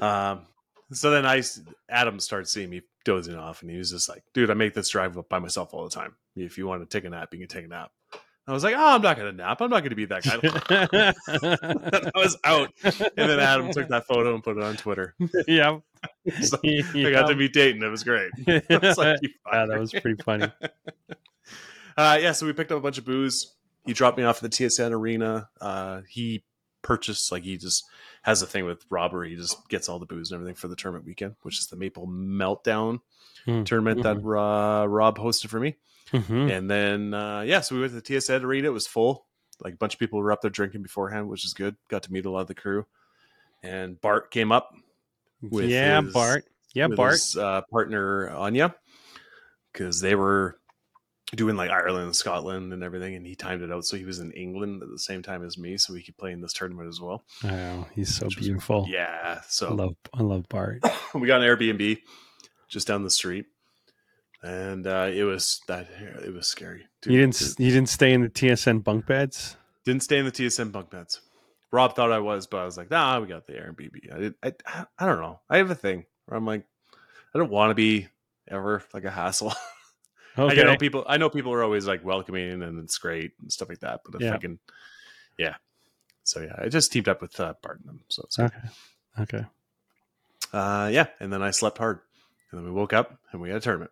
A: Um, so then I, s- Adam starts seeing me dozing off, and he was just like, "Dude, I make this drive up by myself all the time. If you want to take a nap, you can take a nap." I was like, "Oh, I'm not gonna nap. I'm not gonna be that guy." I was out, and then Adam took that photo and put it on Twitter.
B: yep.
A: So I
B: yeah.
A: got to meet Dayton. It was great. It's like, you
B: yeah, that
A: fucker.
B: was pretty funny.
A: Uh, yeah, so we picked up a bunch of booze. He dropped me off at the TSN arena. Uh, he purchase. Like he just has a thing with robbery. He just gets all the booze and everything for the tournament weekend, which is the Maple Meltdown
B: Hmm.
A: tournament that uh, Rob hosted for me.
B: Mhm.
A: And then, uh, yeah, so we went to the TSN Arena. It was full. Like a bunch of people were up there drinking beforehand, which is good. Got to meet a lot of the crew. And Bart came up. with
B: yeah,
A: his-
B: Bart. Yeah,
A: with
B: Bart.
A: his, uh, partner Anya, because they were doing like Ireland and Scotland and everything, and he timed it out so he was in England at the same time as me, so we could play in this tournament as well.
B: Oh, he's so
A: Which was-
B: beautiful.
A: Yeah,
B: I
A: so
B: love I love Bart.
A: we got an Airbnb just down the street, and uh, it was that it was scary. dude.
B: You didn't
A: It-
B: s- you didn't stay in the TSN bunk beds.
A: Didn't stay in the TSM bunk beds. Rob thought I was, but I was like, nah, we got the Airbnb. I did, I, I don't know. I have a thing where I'm like, I don't want to be ever like a hassle.
B: Okay.
A: I know people. I know people are always like welcoming and it's great and stuff like that. But if
B: Yeah.
A: I can, yeah. So yeah, I just teamed up with uh, Bart and them. So it's good.
B: okay. Okay.
A: Uh, yeah, and then I slept hard, and then we woke up and we had a tournament.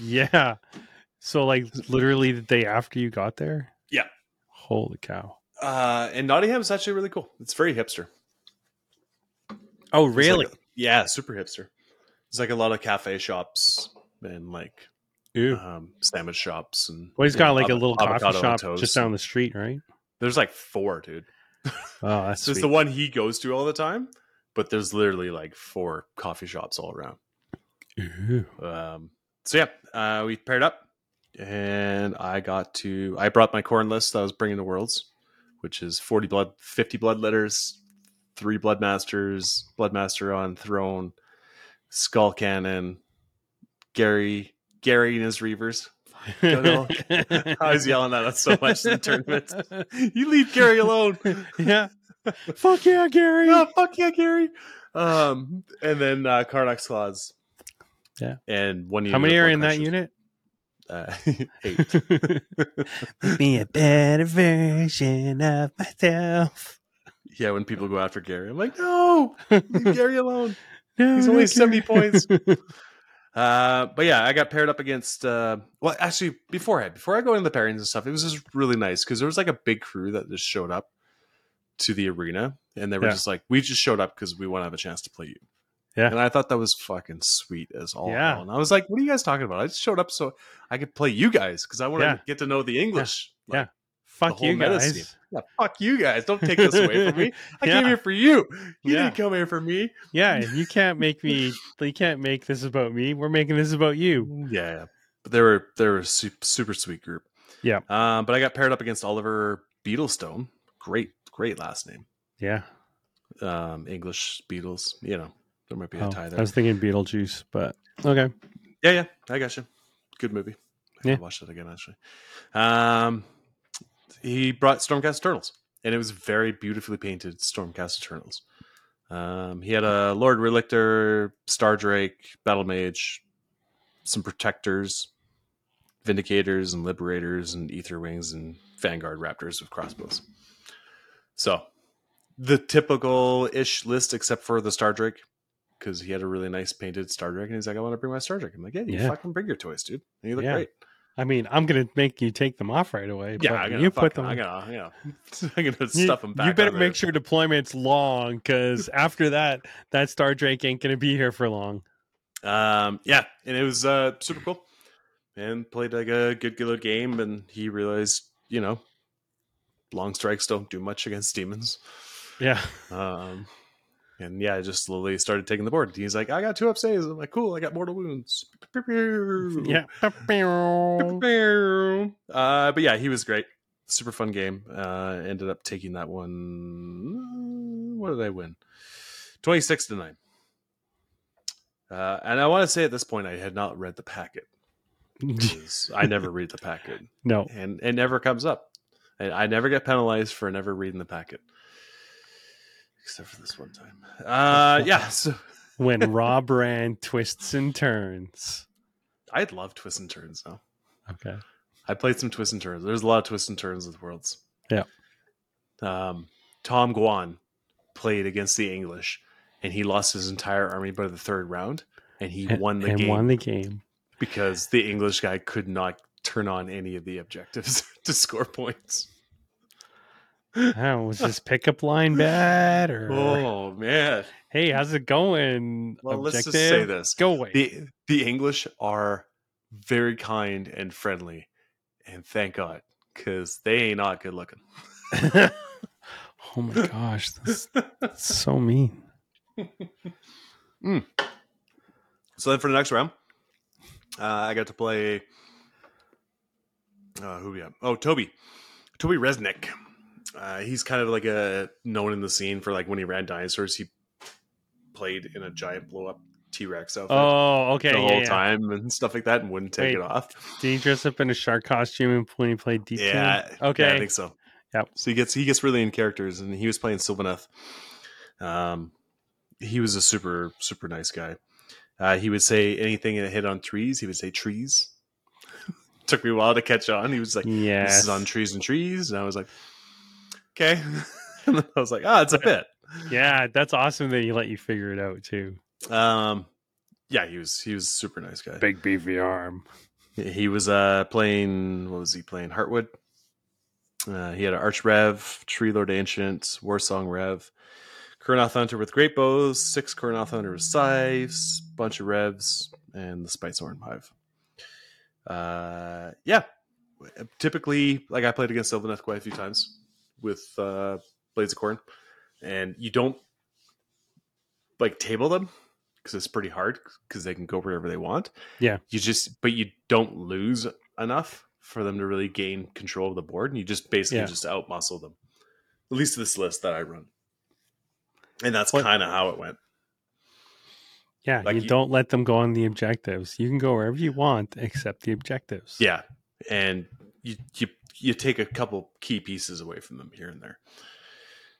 B: Yeah. So like literally the day after you got there?
A: Yeah.
B: Holy cow.
A: Uh, and Nottingham's actually really cool. It's very hipster.
B: Oh
A: It's like a- yeah, super hipster. It's like a lot of cafe shops and like
B: Ooh.
A: um, sandwich shops and.
B: well, he's
A: you
B: got
A: know,
B: like a
A: avo-
B: little
A: avocado
B: coffee
A: and
B: shop
A: toast.
B: just down the street, right?
A: There's like four, dude.
B: Oh, that's
A: It's just
B: sweet.
A: the one he goes to all the time, but there's literally like four coffee shops all around.
B: Ooh.
A: Um, so yeah, uh, we paired up, and I got to I brought my corn list that I was bringing to Worlds, which is forty blood, fifty blood letters, three blood masters, blood master on throne, skull cannon, Gary, Gary and his reavers. Don't know. I was yelling at us so much in the tournament. You leave Gary alone.
B: yeah. Fuck yeah, Gary.
A: Oh, fuck yeah, Gary. Um, and then uh, Carnox claws.
B: Yeah.
A: And one.
B: How
A: unit
B: many
A: of
B: are
A: blood
B: in that
A: crushers.
B: unit?
A: Uh, eight.
B: Be a better version of myself.
A: Yeah, when people go after Gary, I'm like, no, leave Gary alone.
B: No,
A: He's
B: no,
A: only 70
B: Gary.
A: points. Uh, but yeah, I got paired up against. Uh, well, actually, beforehand, before I go into the pairings and stuff, it was just really nice because there was like a big crew that just showed up to the arena, and they were
B: Yeah.
A: just like, "We just showed up because we want to have a chance to play you."
B: Yeah.
A: and I thought that was fucking sweet as all.
B: Yeah.
A: hell. and I was like, "What are you guys talking about? I just showed up so I could play you guys because I want to
B: Yeah.
A: get to know the English."
B: Yeah.
A: Like,
B: Fuck
A: the whole
B: you
A: meta
B: guys.
A: scene. yeah, fuck you guys! Don't take this away from me. I
B: Yeah.
A: came here for you. You
B: Yeah.
A: didn't come here for me.
B: Yeah, and you can't make me. You can't make this about me. We're making this about you.
A: Yeah, but they were they were a super, super sweet group.
B: Yeah.
A: um, but I got paired up against Oliver Beetlestone. Great, great last name.
B: Yeah,
A: Um, English Beatles. You know, there might be a
B: Oh,
A: tie there.
B: I was thinking Beetlejuice, but okay.
A: yeah, yeah, I got you. Good movie. I
B: Yeah.
A: yeah. watched it again actually. Um, he brought Stormcast Eternals, and it was very beautifully painted Stormcast Eternals. Um, he had a Lord Relictor, Star Drake, Battle Mage, some protectors, Vindicators and Liberators and Ether Wings and Vanguard Raptors with crossbows. So the typical ish list, except for the Star Drake, because he had a really nice painted Star Drake, and he's like, "I want to bring my Star Drake." I'm like, "Yeah, you
B: Yeah.
A: fucking bring your toys, dude. And you look
B: Yeah.
A: great."
B: I mean, I'm gonna make you take them off right away.
A: Yeah,
B: but
A: I'm gonna
B: you
A: fuck-
B: put them.
A: I'm gonna, you know, I'm gonna
B: you,
A: stuff them back.
B: you better
A: on
B: make
A: there.
B: sure deployment's long, because after that, that Star Drake ain't gonna be here for long.
A: Um, yeah, and it was uh, super cool. And played like a good little game, and he realized, you know, long strikes don't do much against demons.
B: Yeah,
A: Um, and yeah, I just slowly started taking the board. He's like, I got two upstays. I'm like, cool, I got mortal wounds. Pew, pew, pew.
B: yeah.
A: Pew, pew, pew. Uh, but yeah, he was great. Super fun game. Uh, ended up taking that one. What did I win? 26 to 9. Uh, and I want to say at this point, I had not read the packet. 'cause I never read the packet
B: no.
A: and it never comes up. And I never get penalized for never reading the packet, except for this one time. Uh, yeah, so
B: When Rob Brand twists and turns.
A: I love twists and turns though.
B: Okay.
A: I played some twists and turns. There's a lot of twists and turns with Worlds.
B: Yeah.
A: Um, Tom Guan played against the English, and he lost his entire army by the third round, and he won the
B: and
A: game
B: won the game.
A: because the English guy could not turn on any of the objectives to score points.
B: How was this pickup line bad? Or
A: Oh man.
B: hey, how's it going?
A: Well, let's just say
B: Objective?
A: this.
B: Go away.
A: The the English are very kind and friendly, and thank God, because they ain't not good looking.
B: oh my gosh, that's, that's so mean.
A: So then for the next round, uh, I got to play. Uh, who we got? Oh, Toby, Toby Resnick. Uh, he's kind of like a known in the scene for like when he ran dinosaurs. He played in a giant blow up T Rex outfit
B: Oh,
A: the
B: okay. yeah,
A: whole
B: yeah.
A: time and stuff like that, and wouldn't take
B: Wait,
A: it off.
B: Did he dress up in a shark costume and when he played deep?
A: Yeah.
B: Clean?
A: yeah, I
B: Okay.
A: think so.
B: Yep.
A: So he gets he gets really in characters, and he was playing Sylvaneth. Um, he was a super super nice guy. Uh, he would say anything that hit on trees. He would say trees. Took me a while to catch on. He was like,
B: yeah.
A: "This is on trees and trees," and I was like, "Okay." and then I was like, "Ah, it's a bit."
B: Yeah, that's awesome that he let you figure it out too.
A: Um, yeah, he was he was a super nice guy.
B: Big beefy arm.
A: He was uh, playing. What was he playing? Heartwood. Uh, he had an Arch Rev, Tree Lord Ancient, Warsong Rev, Kurnoth Hunter with Great Bows, six Kurnoth Hunter with Scythes, bunch of Revs, and the Spicehorn Hive. Uh, yeah. Typically, like I played against Sylvaneth quite a few times with uh, Blades of Corn, and you don't like table them because it's pretty hard because they can go wherever they want you just but you don't lose enough for them to really gain control of the board and you just basically
B: Yeah.
A: just outmuscle them at least this list that i run and that's
B: What-
A: kind of how it went
B: Yeah,
A: Like
B: you,
A: you-
B: don't let them go on the objectives. You can go wherever you want except the objectives.
A: yeah and you you you take a couple key pieces away from them here and there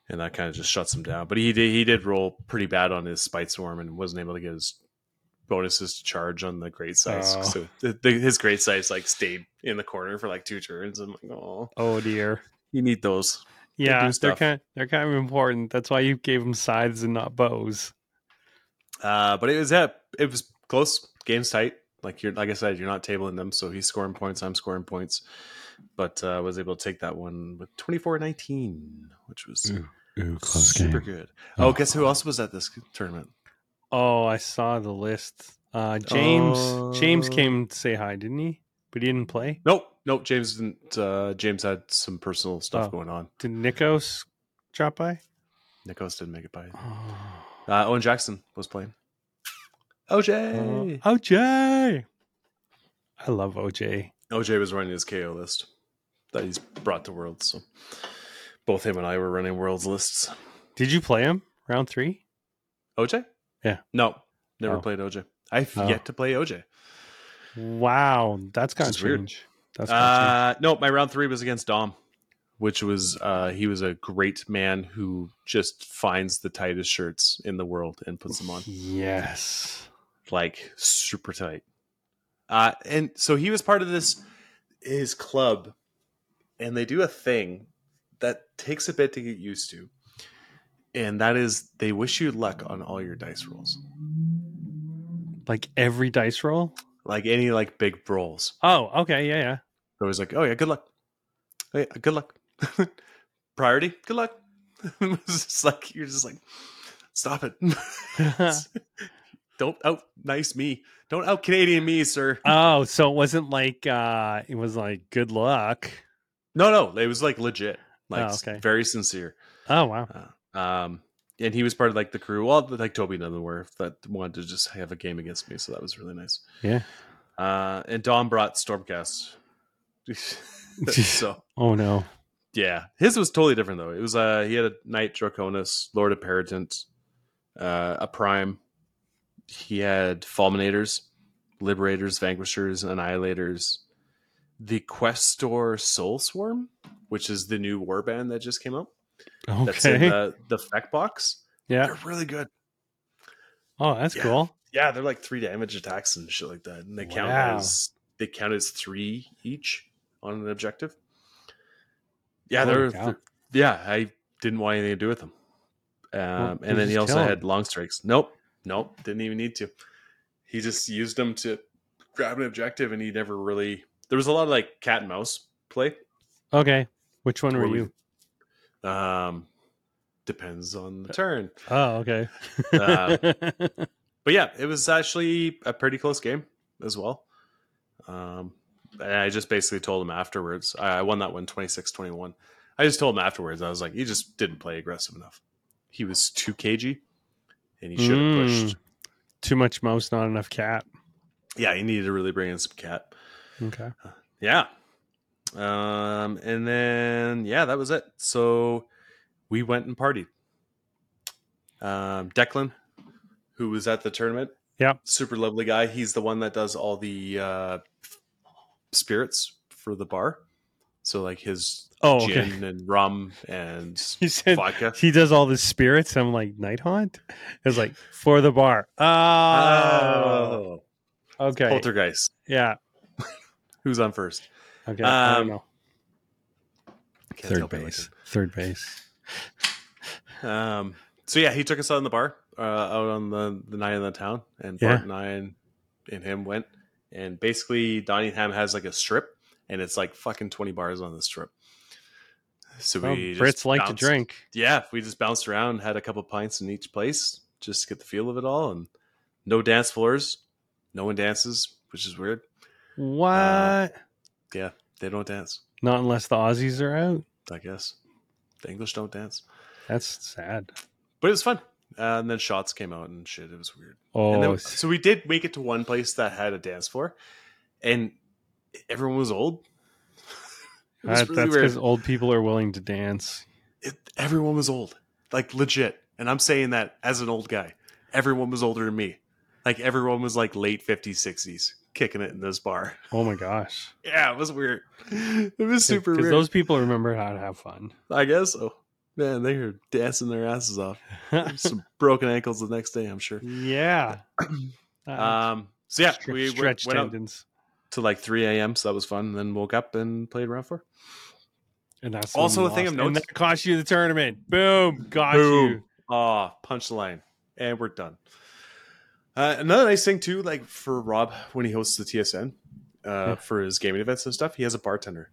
A: and that kind of just shuts them down but he did he did roll pretty bad on his spite swarm and wasn't able to get his bonuses to charge on the great size
B: Oh.
A: so the, the, his great size like stayed in the corner for like two turns i'm like oh
B: Oh dear.
A: you need those
B: Yeah,
A: do
B: they're
A: stuff.
B: kind they're kind of important. That's why you gave them scythes and not bows.
A: Uh, but it was that it was close. Game's tight. Like you're, like I said, you're not tabling them, so he's scoring points. I'm scoring points, but uh, was able to take that one with 24-19, which was
B: Ooh,
A: super good. Oh,
B: Oh.
A: guess who else was at this tournament?
B: Oh, I saw the list. Uh James James
A: Oh.
B: came to say hi, didn't he? But he didn't play.
A: Nope, nope. James didn't. Uh, James had some personal stuff
B: Oh.
A: going on.
B: Did Nikos drop by?
A: Nikos didn't make it by.
B: Oh,
A: Uh, Owen Jackson was playing. OJ.
B: Uh-huh. OJ. I love OJ.
A: OJ was running his KO list that he's brought to Worlds. So both him and I were running Worlds lists.
B: Did you play him round three?
A: OJ?
B: Yeah.
A: No, never
B: Oh.
A: played OJ. I've
B: Oh.
A: yet to play OJ.
B: Wow, that's
A: This
B: got
A: is weird.
B: strange. That's got
A: Uh, no, my round three was against Dom, which was uh, he was a great man who just finds the tightest shirts in the world and puts them on
B: strange. Yes.
A: like super tight. Uh, and so he was part of this his club, and they do a thing that takes a bit to get used to, and that is they wish you luck on all your dice rolls,
B: Like every dice roll.
A: like any like big rolls.
B: Oh, okay, yeah, yeah.
A: They're always like, oh yeah, good luck. Oh, yeah, good luck. Priority, good luck. it's just like you're just like, stop it. Don't out nice me. Don't out Canadian me, sir.
B: oh, so it wasn't like uh it was like good luck.
A: no, no, it was like legit, like
B: Oh, okay.
A: very sincere.
B: Oh wow.
A: Uh, um, and he was part of like the crew. Well, like Toby and them were that wanted to just have a game against me, so that was really nice.
B: Yeah.
A: Uh, and Don brought Stormcast. so
B: Oh no.
A: Yeah, his was totally different though. It was uh he had a knight Draconis, Lord of Peritant, uh, a prime. He had Fulminators, Liberators, Vanquishers, Annihilators, the Questor Soul Swarm, which is the new warband that just came out. That's in uh,
B: Okay.
A: the the feck box.
B: yeah.
A: They're really good.
B: Oh, that's
A: Yeah.
B: cool.
A: Yeah, they're like three damage attacks and shit like that, and they count
B: Wow.
A: as they count as three each on an objective. Yeah,
B: Holy
A: they're,
B: cow.
A: they're- yeah. I didn't want anything to do with them. Um,
B: did
A: and then
B: you
A: he also
B: tell
A: had
B: him?
A: long strikes. Nope, nope, didn't even need to. He just used them to grab an objective, and he never really. There was a lot of like cat and mouse play.
B: Okay. Which one
A: where
B: were
A: we-
B: you?
A: Um, depends on the turn.
B: Oh, okay.
A: Uh, but yeah, it was actually a pretty close game as well. Um, and I just basically told him afterwards. I, I won that one 26 21. I just told him afterwards. I was like, he just didn't play aggressive enough. He was too cagey and he should have
B: Mm.
A: pushed.
B: Too much mouse, not enough cat.
A: Yeah, he needed to really bring in some cat.
B: Okay.
A: Yeah. Um, and then yeah, that was it. So we went and partied. Um, Declan, who was at the tournament,
B: Yeah.
A: super lovely guy. He's the one that does all the uh, spirits for the bar. So like his
B: Oh, okay.
A: gin and rum and
B: You said
A: vodka.
B: he does all the spirits. I'm like night haunt. It's like for the bar. Oh,
A: Oh,
B: okay.
A: poltergeist.
B: Yeah.
A: Who's on first?
B: Okay. I don't
A: Um,
B: know.
A: Can't
B: Third
A: tell by
B: base. Third base.
A: Um, so yeah, he took us out in the bar, uh, out on the, the night in the town, and
B: Yeah.
A: Bart and I and, and him went, and basically Nottingham has like a strip, and it's like fucking twenty bars on the strip. So
B: Well,
A: we
B: Brits
A: just
B: like
A: bounced-
B: to drink.
A: Yeah, we just bounced around, had a couple pints in each place, just to get the feel of it all, and no dance floors, no one dances, which is weird.
B: What?
A: Uh, Yeah, they don't dance,
B: not unless the Aussies are out.
A: I guess. The English don't dance,
B: That's sad.
A: but it was fun. Uh, and then shots came out and shit. It was weird.
B: Oh,
A: And then-
B: it's-
A: so we did make it to one place that had a dance floor, and everyone was old. It was
B: that-
A: really
B: that's
A: weird.
B: because old people are willing to dance.
A: It- everyone was old, like legit. And I'm saying that as an old guy. Everyone was older than me. Like everyone was like late 50s, 60s, kicking it in this bar.
B: Oh my gosh.
A: Yeah, it was weird. It was super
B: Because
A: weird.
B: those people remember how to have fun.
A: I guess so. Man, they were dancing their asses off. Some broken ankles the next day, I'm sure.
B: yeah. Uh,
A: Um, so yeah,
B: stre-
A: we went-
B: stretch
A: went out
B: tendons.
A: to like 3 a.m. So that was fun. And then woke up and played round four.
B: And that's
A: Also
B: when you
A: a thing
B: lost.
A: of
B: And
A: notes-
B: that cost you the tournament. Boom. Got
A: Boom. Ah, punchline. And we're done. Uh, another nice thing too, like for Rob when he hosts the TSN uh,
B: Yeah.
A: for his gaming events and stuff, he has a bartender.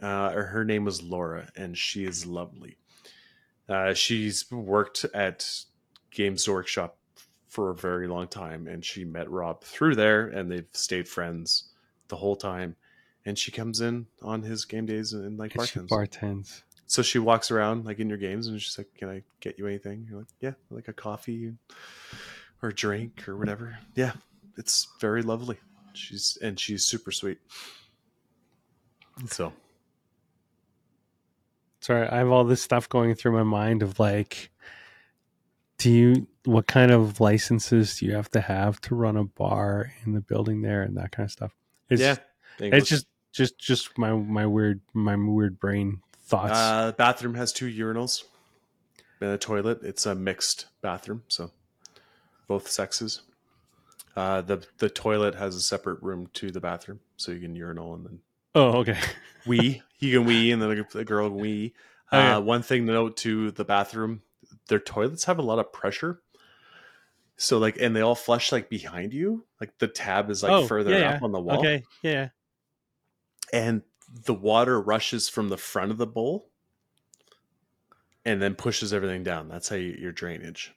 A: Uh, her name was Laura, and she is lovely. Uh, she's worked at Games Workshop for a very long time, and she met Rob through there, and they've stayed friends the whole time. And she comes in on his game days and, and like
B: you. And she
A: bartends.
B: Bartends.
A: So she walks around like in your games and she's like, Can I get you anything? You're like, Yeah, like a coffee or a drink or whatever. Yeah, it's very lovely. She's and she's super sweet. So
B: Sorry, I have all this stuff going through my mind of like, do you, what kind of licenses do you have to have to run a bar in the building there and that kind of stuff? It's,
A: yeah,
B: It's just, just, just my, my weird, my weird brain thoughts.
A: uh, the bathroom has two urinals and a toilet. It's a mixed bathroom, so both sexes. Uh, the the toilet has a separate room to the bathroom, so you can urinal and then
B: oh, okay.
A: wee. He can wee, and then the girl can wee.
B: Oh,
A: Uh, one thing to note to the bathroom, their toilets have a lot of pressure. So like, and they all flush like behind you. Like the tab is like
B: Oh,
A: further
B: yeah,
A: up
B: yeah.
A: on the wall,
B: Okay. Yeah.
A: and the water rushes from the front of the bowl, and then pushes everything down. That's how you, your drainage.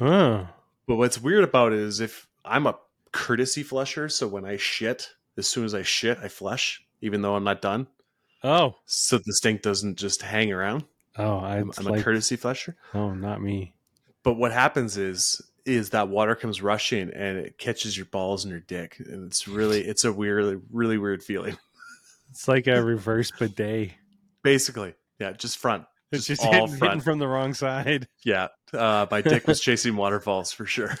B: Oh.
A: But what's weird about it is if I'm a courtesy flusher, so when I shit, as soon as I shit, I flush, even though I'm not done.
B: Oh.
A: so the stink doesn't just hang around.
B: Oh, I
A: I'm,
B: am
A: I'm a
B: like,
A: courtesy flusher.
B: oh, not me.
A: But what happens is is that water comes rushing and it catches your balls and your dick, and it's really it's a weird, really weird feeling.
B: It's like a reverse bidet.
A: Basically, yeah, just front,
B: It's
A: just,
B: just
A: all
B: hitting, hitting
A: front.
B: from the wrong side.
A: yeah, uh, my dick was chasing waterfalls for sure.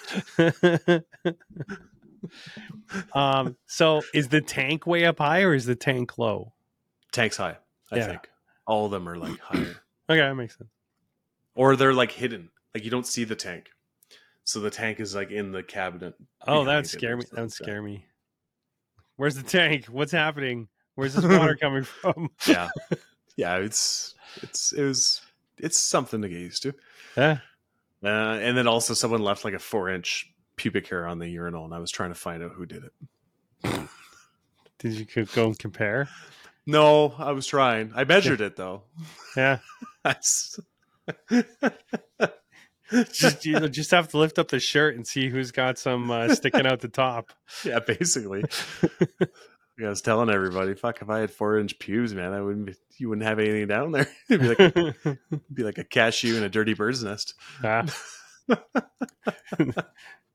B: um, so is the tank way up high or is the tank low?
A: Tanks high, I
B: Yeah.
A: think. All of them are like higher,
B: Okay, that makes sense.
A: or they're like hidden, like you don't see the tank. So the tank is like in the cabinet.
B: Oh,
A: Behind
B: that
A: it
B: would scare
A: or
B: me. That would
A: something.
B: scare me. Where's the tank? What's happening? Where's this water coming from?
A: Yeah, yeah, it's it's it was it's something to get used to.
B: Yeah.
A: Uh, and then also someone left like a four inch pubic hair on the urinal, and I was trying to find out who did it.
B: Did you go and compare?
A: No, I was trying. I measured it though.
B: Yeah.
A: I s-
B: Just you just have to lift up the shirt and see who's got some uh, sticking out the top.
A: yeah, basically. I was telling everybody, fuck, if I had four inch pubes, man, I wouldn't. Be, you wouldn't have anything down there. It'd be like be like a cashew in a dirty bird's nest.
B: Yeah. Ah.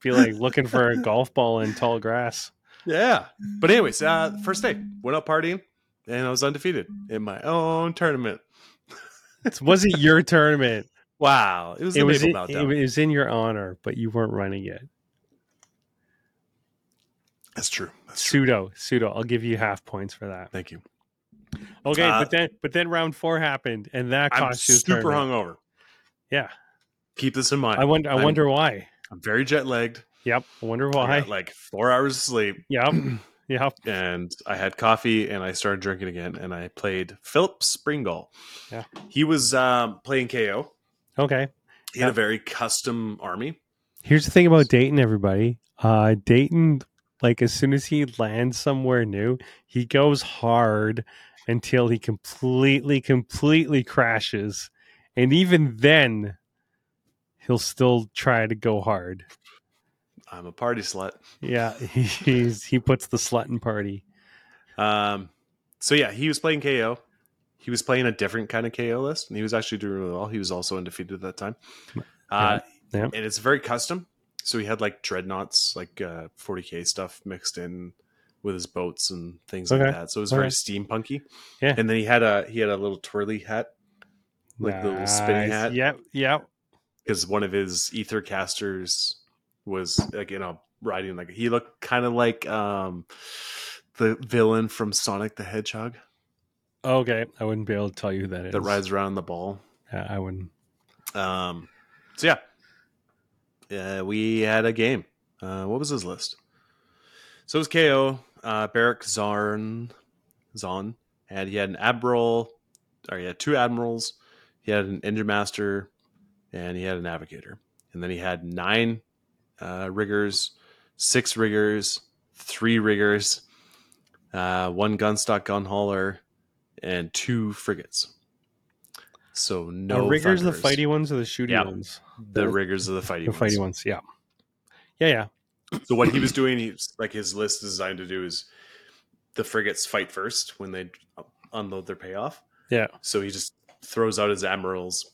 B: Be like looking for a golf ball in tall grass.
A: Yeah. But anyways, uh, first day went out partying, and I was undefeated in my own tournament.
B: It wasn't your tournament.
A: Wow, it was
B: It
A: the
B: was,
A: Maple
B: in,
A: Mount
B: it
A: Down.
B: was in your honor, but you weren't running it.
A: That's true. That's true.
B: Pseudo, pseudo. I'll give you half points for that.
A: Thank you.
B: Okay,
A: Uh,
B: but then but then round four happened, and that
A: I'm
B: cost you. the
A: super
B: tournament.
A: hungover.
B: Yeah,
A: Keep this in mind.
B: I wonder. I
A: I'm-
B: wonder why.
A: I'm very jet lagged.
B: Yep, I wonder
A: I
B: why.
A: got like four hours of sleep.
B: Yep, yep.
A: and I had coffee and I started drinking again and I played Philip Springall.
B: Yeah.
A: He was um, playing KO.
B: Okay.
A: He had a very custom army.
B: Here's the thing about Dayton, everybody. Uh, Dayton, like as soon as he lands somewhere new, he goes hard until he completely, completely crashes, and even then, he'll still try to go hard.
A: I'm a party slut.
B: Yeah, he, he's he puts the slut in party.
A: Um, so yeah, he was playing KO. He was playing a different kind of KO list, and he was actually doing really well. He was also undefeated at that time. Uh,
B: Yeah, yeah.
A: And it's very custom. So he had like dreadnoughts, like uh, 40k stuff mixed in with his boats and things
B: Okay.
A: like that. So it was
B: All
A: very
B: right.
A: steampunky.
B: Yeah.
A: And then he had a he had a little twirly hat Like the little spinning
B: Nice.
A: hat?
B: Yep, yep.
A: because one of his ether casters was like you know riding like he looked kind of like um the villain from Sonic the Hedgehog
B: Okay, I wouldn't be able to tell you who that is.
A: that rides around the ball.
B: Yeah, I wouldn't.
A: Um, so yeah, uh, we had a game. Uh, what was his list? So it was KO, uh, Barrack Zarn, Zon, and he had an admiral, or he had two admirals. He had an engine master, and he had a navigator, and then he had nine uh, riggers, six riggers, three riggers, uh, one gunstock gun hauler, and two frigates. So no
B: Are riggers
A: thunders
B: the fighty ones or the shooty
A: Yeah.
B: ones?
A: the
B: Both
A: rigors of the fighting.
B: The fighty ones. Yeah. Yeah, yeah.
A: So what he was doing, he's like his list is designed to do is the frigates fight first when they unload their payoff.
B: Yeah.
A: So he just throws out his admirals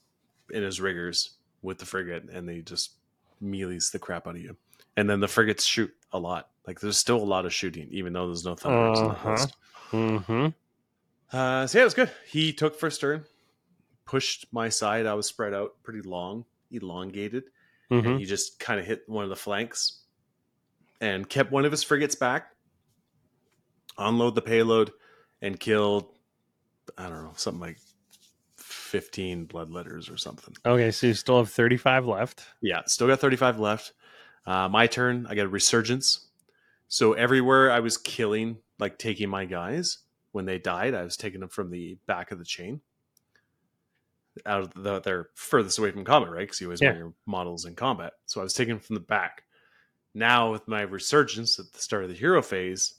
A: and his rigors with the frigate, and they just melees the crap out of you. And then the frigates shoot a lot. Like there's still a lot of shooting, even though there's no thunders in the
B: Uh-huh.
A: list.
B: Mm-hmm.
A: Uh, so yeah, it was good. He took first turn, pushed my side. I was spread out pretty long, elongated.
B: Mm-hmm.
A: and he just kind of hit one of the flanks and kept one of his frigates back unload the payload and killed i don't know something like 15 bloodletters or something
B: Okay, so you still have thirty-five left.
A: yeah still got 35 left uh, my turn i got a resurgence so everywhere i was killing like taking my guys when they died i was taking them from the back of the chain out of the they're furthest away from combat right because you always want
B: Yeah.
A: your models in combat so i was taking them from the back now with my resurgence at the start of the hero phase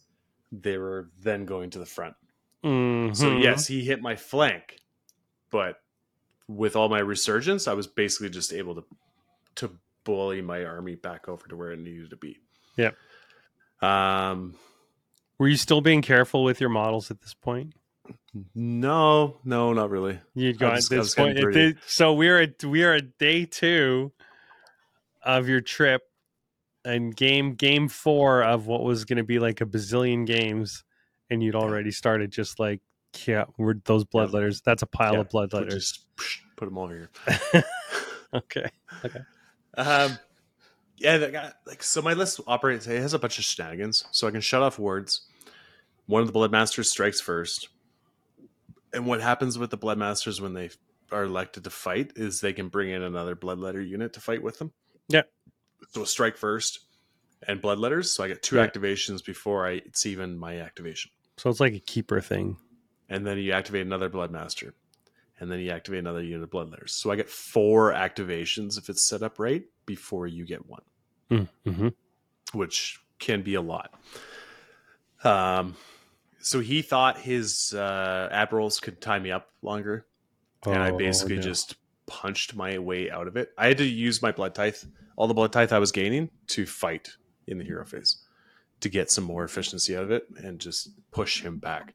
A: they were then going to the front so
B: Mhm.
A: yes, he hit my flank, but with all my resurgence, I was basically just able to to bully my army back over to where it needed to be.
B: Yep.
A: Um.
B: Were you still being careful with your models at this point?
A: No, no, not really.
B: You'd gone
A: just- I
B: at
A: was
B: this point.
A: getting
B: at
A: pretty-
B: thi- so we're at we are at day two of your trip, and game game four of what was going to be like a bazillion games, and you'd already started just like yeah, we're those blood
A: Yeah.
B: letters. That's a pile
A: Yeah,
B: of blood
A: We'll
B: letters.
A: Just psh, put them over here.
B: okay.
A: Um. Yeah, that guy, like so. My list operates. It has a bunch of shenanigans, so I can shut off wards. One of the bloodmasters strikes first, and what happens with the bloodmasters when they are elected to fight is they can bring in another bloodletter unit to fight with them.
B: Yeah.
A: So a strike first, and bloodletters. So I get two
B: Right.
A: activations before I it's even my activation,
B: So it's like a keeper thing.
A: and then you activate another bloodmaster, and then you activate another unit of bloodletters. So I get four activations if it's set up right before you get one
B: Mm-hmm.
A: which can be a lot. Um, so he thought his uh, admirals could tie me up longer, and I
B: Oh,
A: basically
B: no.
A: just punched my way out of it. I had to use my blood tithe, all the blood tithe I was gaining, to fight in the hero phase to get some more efficiency out of it and just push him back.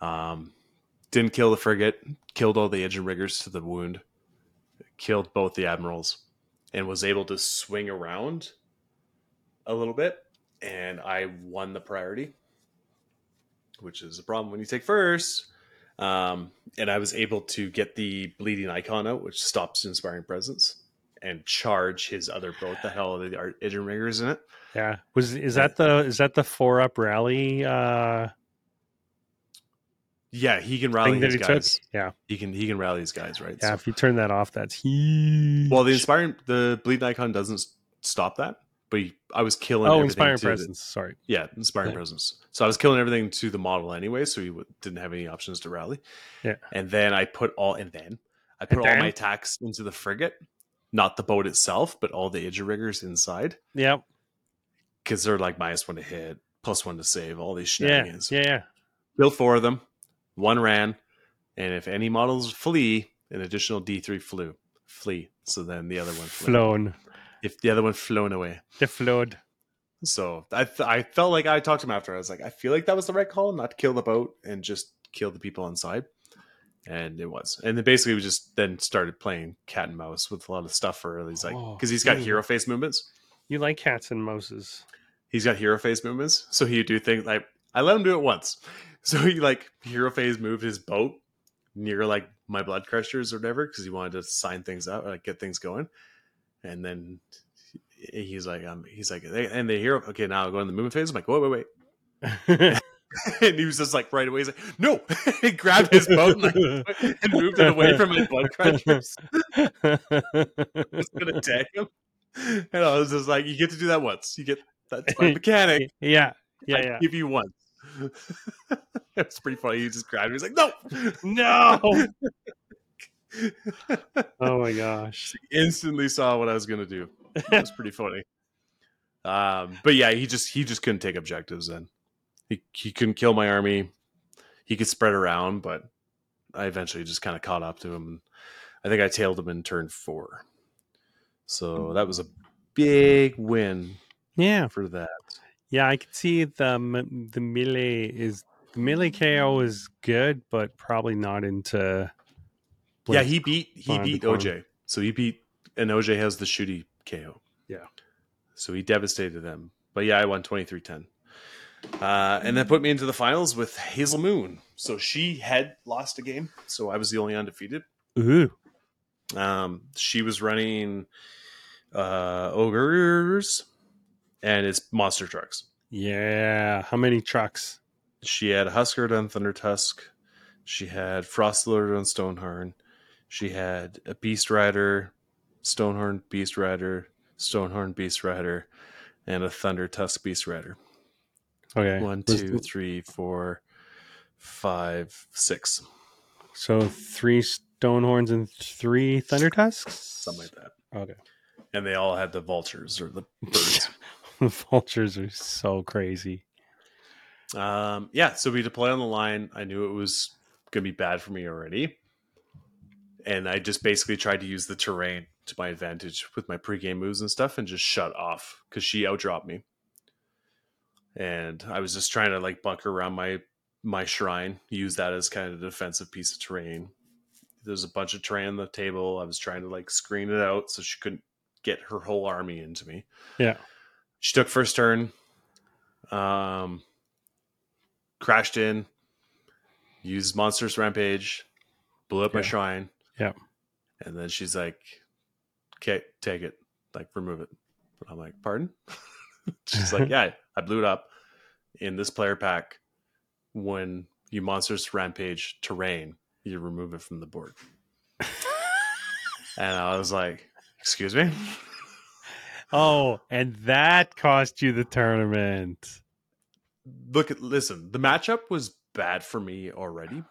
A: Um, didn't kill the frigate, killed all the engine riggers to the wound, killed both the admirals, and was able to swing around a little bit. And I won the priority, which is a problem when you take first. Um, and I was able to get the bleeding icon out, which stops inspiring presence, and charge his other boat, the hell of the Ar- engine riggers in it.
B: Yeah. Was is that the is that the four up rally uh
A: Yeah, he can rally
B: thing that
A: his
B: he
A: guys.
B: took? Yeah.
A: He can he can rally his guys, right?
B: Yeah.
A: So-
B: If you turn that off, that's huge.
A: well, the inspiring the bleeding icon doesn't s- stop that, but he, I was killing.
B: oh,
A: everything
B: inspiring
A: to the-
B: presence. Sorry.
A: yeah, inspiring
B: Yeah.
A: presence. So I was killing everything to the model anyway, so he w- didn't have any options to rally.
B: Yeah.
A: and then I put all and then I put all
B: then?
A: my attacks into the frigate, not the boat itself, but all the edge riggers inside
B: Yep.
A: because they're like minus one to hit, plus one to save, all these
B: Yeah. Yeah.
A: shenanigans.
B: Yeah.
A: Built four of them. One ran, and if any models flee, an additional D three flew flee. So then the other one flew.
B: Flown.
A: If the other one flown away,
B: The flowed.
A: so I th- I felt like I talked to him after. I was like, I feel like that was the right call, not to kill the boat and just kill the people inside. And it was, and then basically we just then started playing cat and mouse with a lot of stuff for these like
B: Oh,
A: because he's got
B: mm.
A: hero face movements.
B: You like cats and mouses.
A: he's got hero phase movements, so he would do things like I let him do it once. So he like hero phase moved his boat near like my blood crushers or whatever because he wanted to sign things out, like get things going. And then he- he's like, um, he's like, "Hey," and the hero, okay, now I'll go in the movement phase. I'm like, wait, wait, wait. And he was just like right away, he's like, no. he grabbed his boat and, like, and moved it away from my blood crushers. I was gonna tag him. And I was just like, you get to do that once. You get that's my mechanic.
B: yeah. Yeah.
A: I
B: Yeah.
A: give you one. That's pretty funny. He just grabbed me. He's like, no.
B: No. oh my gosh.
A: Instantly saw what I was gonna do. It was pretty funny. Um, but yeah, he just he just couldn't take objectives then. He he couldn't kill my army. He could spread around, but I eventually just kind of caught up to him. I think I tailed him in turn four. So that was a big win
B: Yeah.
A: for that.
B: Yeah, I could see the m- the melee is the melee KO is good, but probably not into.
A: Yeah, he beat he
B: behind the
A: beat
B: corner.
A: OJ. So he beat and OJ has the shooty KO.
B: Yeah.
A: So he devastated them. But yeah, I won 23-10. Uh, and that put me into the finals with Hazel Moon. So she had lost a game, so I was the only undefeated.
B: Ooh.
A: Um, she was running uh, ogres and it's monster trucks.
B: Yeah. How many trucks?
A: She had Husker on Thunder Tusk. She had Frostlord on Stonehorn. She had a Beast Rider, Stonehorn Beast Rider, Stonehorn Beast Rider, and a Thunder Tusk Beast Rider.
B: Okay.
A: One,
B: Was-
A: two, three, four, five, six,
B: So three Stonehorns and three Thunder Tusks?
A: something like that.
B: Okay.
A: And they all had the vultures or the birds.
B: The vultures are so crazy.
A: Um, yeah, so we deploy on the line. I knew it was going to be bad for me already. And I just basically tried to use the terrain to my advantage with my pregame moves and stuff and just shut off because she outdropped me. And I was just trying to like bunker around my my shrine, use that as kind of a defensive piece of terrain. There's a bunch of terrain on the table. I was trying to like screen it out so she couldn't get her whole army into me.
B: Yeah.
A: She took first turn. Um crashed in, used Monsters Rampage, blew up my
B: Yeah.
A: shrine.
B: Yeah.
A: And then she's like, okay, take it, like remove it. But I'm like, pardon? she's like, yeah, I blew it up in this player pack. When you Monsters Rampage terrain, you remove it from the board. and I was like, excuse me?
B: Oh, and that cost you the tournament.
A: look at listen the matchup was bad for me already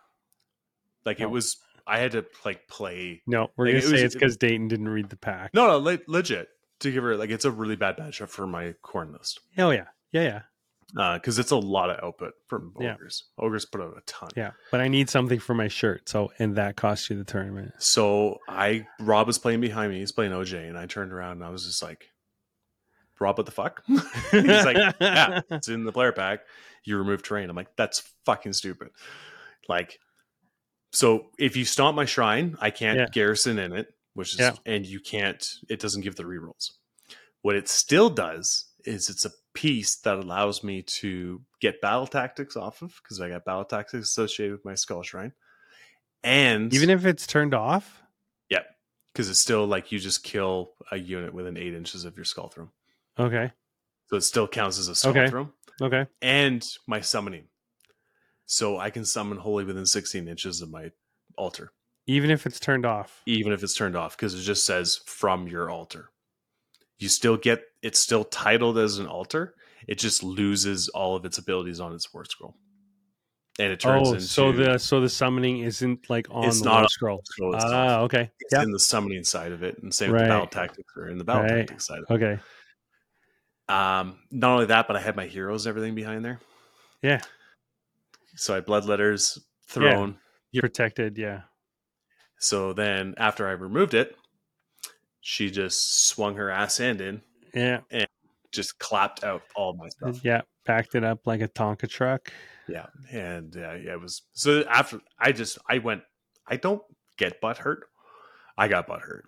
A: like it
B: Oh.
A: was i had to like play
B: No, we're
A: Like,
B: gonna
A: it
B: say
A: was-
B: it's because Dayton didn't read the pack.
A: no no le- legit to give her like it's a really bad matchup for my corn list
B: Oh yeah. Yeah, yeah.
A: because it's a lot of output from
B: Yeah.
A: ogres. Ogres put out a ton.
B: Yeah, but I need something for my shirt. So, and that cost you the tournament.
A: So I Rob was playing behind me. He's playing OJ, and I turned around and I was just like, "Rob, what the fuck?" He's like, "Yeah, it's in the player pack. You remove terrain." I'm like, "That's fucking stupid." Like, so if you stomp my shrine, I can't
B: Yeah.
A: garrison in it, which is
B: Yeah.
A: and you can't. It doesn't give the rerolls. What it still does is it's a piece that allows me to get battle tactics off of because I got battle tactics associated with my skull shrine. And
B: Even if it's turned off,
A: because it's still like you just kill a unit within eight inches of your skull throom,
B: okay,
A: so it still counts as a skull
B: Okay.
A: throom.
B: okay,
A: And my summoning, so I can summon holy within sixteen inches of my altar,
B: even if it's turned off,
A: even if it's turned off, because it just says from your altar. You still get it's still titled as an altar. It just loses all of its abilities on its war scroll, and it turns
B: oh,
A: into
B: so the so the summoning isn't like on
A: It's
B: the
A: not
B: not
A: on-
B: scroll.
A: so it's
B: Ah, okay,
A: it's
B: yeah,
A: in the summoning side of it, and same with
B: Right.
A: the battle tactics or in the battle
B: Right.
A: tactics side. Of it.
B: okay,
A: Um, not only that, but I had my heroes, and everything behind there.
B: Yeah.
A: So I had blood letters thrown.
B: protected. Yeah,
A: So then after I removed it, she just swung her ass end in,
B: yeah,
A: just clapped out all my stuff.
B: yeah. Backed it up like a Tonka truck.
A: Yeah. And uh, yeah, it was so after I just I went, I don't get butt hurt. I got butt hurt.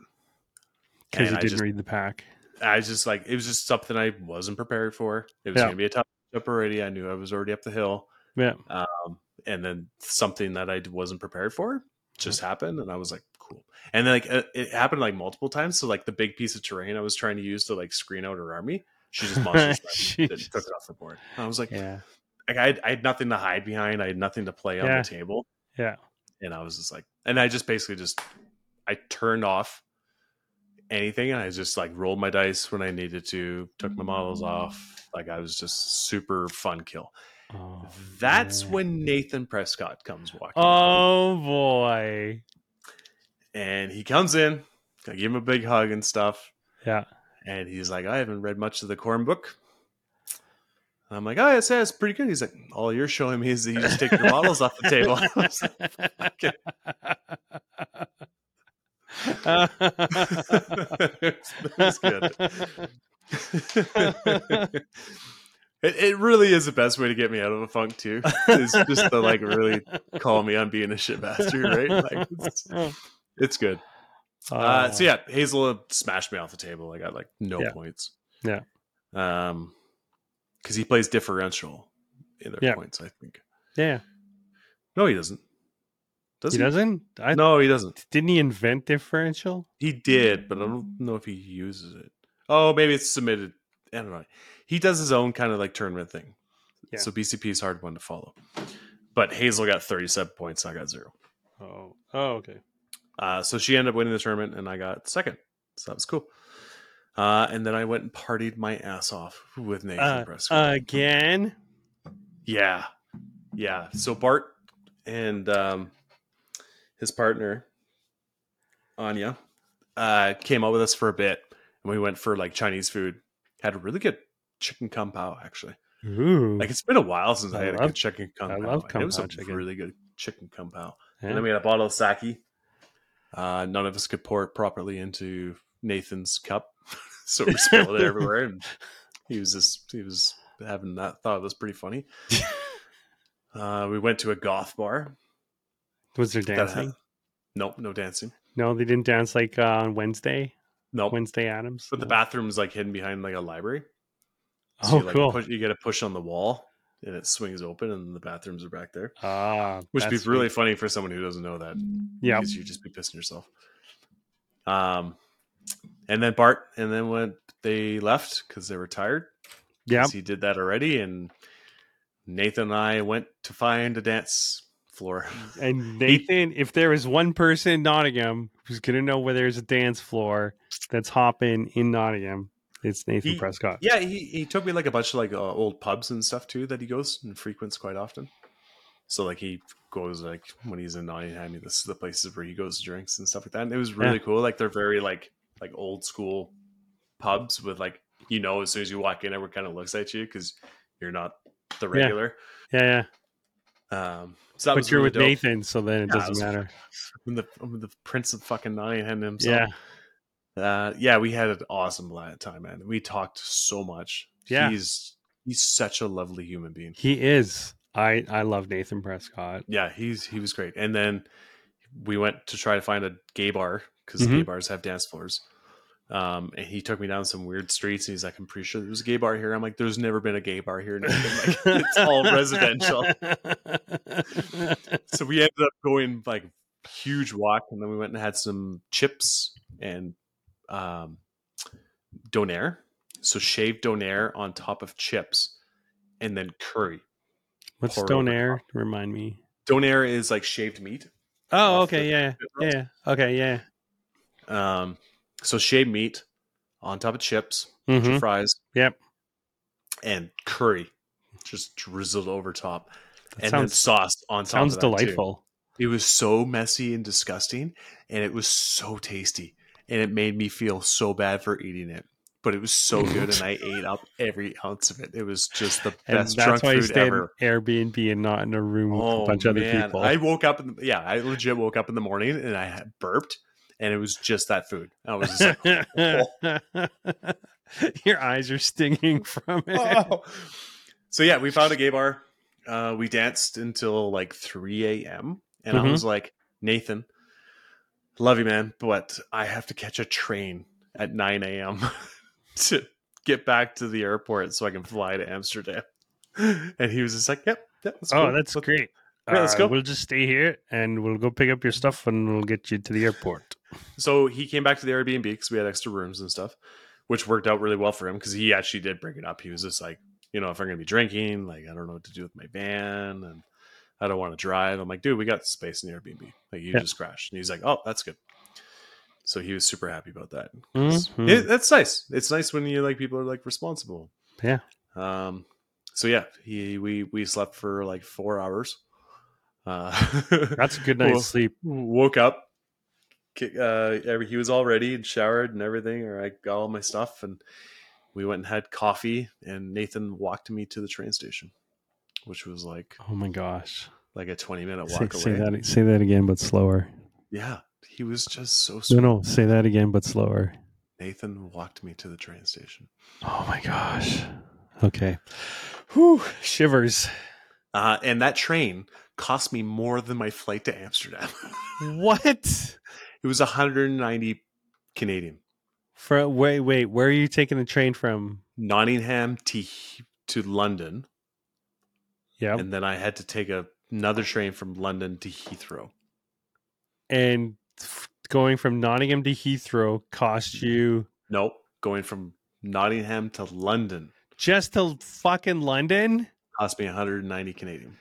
B: because
A: And
B: you
A: I
B: didn't
A: just-
B: read the pack.
A: I was just like it was just something I wasn't prepared for. It was
B: Yeah.
A: gonna be a tough up already. I knew I was already up the hill.
B: Yeah.
A: Um, and then something that I wasn't prepared for just happened, and I was like, cool. And then like uh, it happened like multiple times. So like the big piece of terrain I was trying to use to like screen out her army, she just monster
B: She
A: she took
B: just-
A: it off the board. And I was like,
B: Yeah,
A: like I had, I had nothing to hide behind. I had nothing to play on
B: Yeah.
A: the table.
B: Yeah.
A: And I was just like, and I just basically just, I turned off anything and I just like rolled my dice when I needed to, took my models off. Like I was just super fun kill.
B: oh,
A: That's
B: man.
A: when Nathan Prescott comes walking. in.
B: Mm. Oh boy,
A: And he comes in. I give him a big hug and stuff.
B: yeah,
A: And he's like, I haven't read much of the Corn book. And I'm like, oh, it says pretty good. He's like, all you're showing me is that you just take your models off the table. I was like, That's good. it, it really is the best way to get me out of a funk too. Is just to like really call me on being a shit bastard, right? Like it's, it's good. Uh, so yeah, Hazel smashed me off the table. I got like no
B: Yeah.
A: points.
B: Yeah.
A: Um, because he plays differential in their
B: Yeah.
A: points. I think.
B: yeah.
A: No, he doesn't. Does
B: He
A: he?
B: doesn't. I
A: No, he doesn't.
B: didn't he invent differential?
A: He did, but I don't know if he uses it. Oh, maybe it's submitted. I don't know. He does his own kind of like tournament thing.
B: Yeah.
A: So BCP is a hard one to follow. But Hazel got 37 points. I got zero.
B: Oh, oh, okay.
A: Uh, so she ended up winning the tournament, and I got second. So that was cool. Uh, and then I went and partied my ass off with Nathan
B: Uh,
A: Prescott.
B: Again,
A: yeah, yeah. So Bart and um, his partner Anya uh, came out with us for a bit, and we went for like Chinese food. Had a really good chicken kung pao actually.
B: ooh,
A: Like it's been a while since I,
B: I
A: had a
B: love-
A: good chicken kung
B: I
A: pao.
B: love
A: and
B: kung
A: it was
B: pao
A: a
B: chicken.
A: really good chicken kung pao.
B: yeah.
A: And then we had a bottle of sake. Uh, none of us could pour it properly into Nathan's cup, so we spilled it everywhere. And he was just he was having that thought it was pretty funny. uh, we went to a goth bar.
B: was there
A: that had-
B: dancing?
A: nope, no dancing.
B: No, they didn't dance like uh, on Wednesday.
A: Nope.
B: Wednesday Adams.
A: but the
B: No.
A: bathroom is like hidden behind like a library.
B: Oh,
A: you, like,
B: cool.
A: Push, you get a push on the wall, and it swings open, and the bathrooms are back there.
B: ah,
A: Which would be
B: that's
A: really
B: sweet.
A: funny for someone who doesn't know that.
B: yeah.
A: because you just be pissing yourself. Um, and then Bart, and then when they left because they were tired,
B: Yeah.
A: 'cause he did that already. And Nathan and I went to find a dance floor.
B: And Nathan, if there was one person in Nottingham who's going to know where there's a dance floor that's hopping in Nottingham, it's Nathan
A: He-
B: Prescott.
A: yeah, he, he took me like a bunch of like uh, old pubs and stuff too that he goes and frequents quite often. So like he goes like when he's in Nottingham, this is the places where he goes to drinks and stuff like that. And it was really cool. Like they're very like like old school pubs with like you know as soon as you walk in, everyone kind of looks at you because you're not the regular.
B: Yeah, yeah.
A: Um, so that
B: but
A: was
B: you're
A: really
B: with
A: dope.
B: Nathan, so then it
A: Yeah, it was
B: doesn't matter.
A: I'm the, I'm the prince of fucking nine and himself.
B: Yeah,
A: Uh, yeah, we had an awesome la- time, man. We talked so much.
B: Yeah.
A: he's he's such a lovely human being.
B: he is. I I love Nathan Prescott.
A: Yeah, he's he was great. And then we went to try to find a gay bar because
B: Mhm.
A: gay bars have dance floors. Um, and he took me down some weird streets, and he's like, "I'm pretty sure there's a gay bar here." I'm like, "There's never been a gay bar here." Nathan." Like, it's all residential. so we ended up going like huge walk, and then we went and had some chips and um, donair. So shaved donair on top of chips, and then curry.
B: What's
A: Pour
B: Stone
A: over
B: Air? Remind me.
A: Donair is like shaved meat.
B: Oh,
A: Off
B: okay,
A: the-
B: yeah, yeah, yeah. Okay, yeah.
A: Um, so shaved meat on top of chips, bunch
B: hmm
A: of fries.
B: Yep.
A: And curry just drizzled over top, and then
B: sounds-
A: sauce on top.
B: Sounds
A: of that, too.
B: delightful.
A: It was so messy and disgusting, and it was so tasty, and it made me feel so bad for eating it. But it was so good, and I ate up every ounce of it. It was just the
B: And
A: best
B: that's
A: drunk
B: why you
A: food
B: stayed
A: ever.
B: in Airbnb and not in a room with
A: Oh
B: a bunch of
A: man,
B: other people.
A: I woke up. In the, yeah, I legit woke up in the morning and I had burped, and it was just that food. I was just like,
B: Your eyes are stinging from it.
A: oh. So yeah, we found a gay bar. Uh, we danced until like 3 a.m. And I
B: Mhm.
A: was like, Nathan, love you, man, but I have to catch a train at 9 a.m. to get back to the airport so I can fly to Amsterdam. And he was just like, Yep, yep that's
B: oh,
A: cool.
B: that's
A: Let's-
B: great.
A: Yeah, let's go.
B: We'll just stay here and we'll go pick up your stuff and we'll get you to the airport.
A: So he came back to the Airbnb because we had extra rooms and stuff, which worked out really well for him because he actually did bring it up. He was just like, you know, if I'm going to be drinking, like, I don't know what to do with my van and I don't want to drive. I'm like, dude, we got space in the Airbnb. Like, you
B: Yeah.
A: just crashed. And he's like, oh, that's good. So he was super happy about that.
B: Mhm.
A: It- that's nice. It's nice when you like people are like responsible.
B: Yeah.
A: Um. So yeah, he we we slept for like four hours. Uh,
B: That's a good night's
A: Well,
B: sleep.
A: woke up ki- uh every, he was all ready and showered and everything or i got all my stuff and we went and had coffee and nathan walked me to the train station which was like
B: Oh my gosh.
A: like a 20 minute
B: Say,
A: walk
B: say
A: away
B: that say that again but slower.
A: yeah he was just so
B: No,
A: sweet
B: no, say that again but slower.
A: nathan walked me to the train station
B: Oh my gosh. Okay. Whew, shivers.
A: uh, and that train cost me more than my flight to amsterdam
B: What?
A: it was 190 canadian
B: For wait, wait, where are you taking the train from?
A: nottingham to, to london
B: Yeah.
A: and then I had to take a, another train from London to Heathrow.
B: and f- going from Nottingham to Heathrow cost you
A: Nope, going from Nottingham to London
B: just to fucking London?
A: cost me 190 Canadian.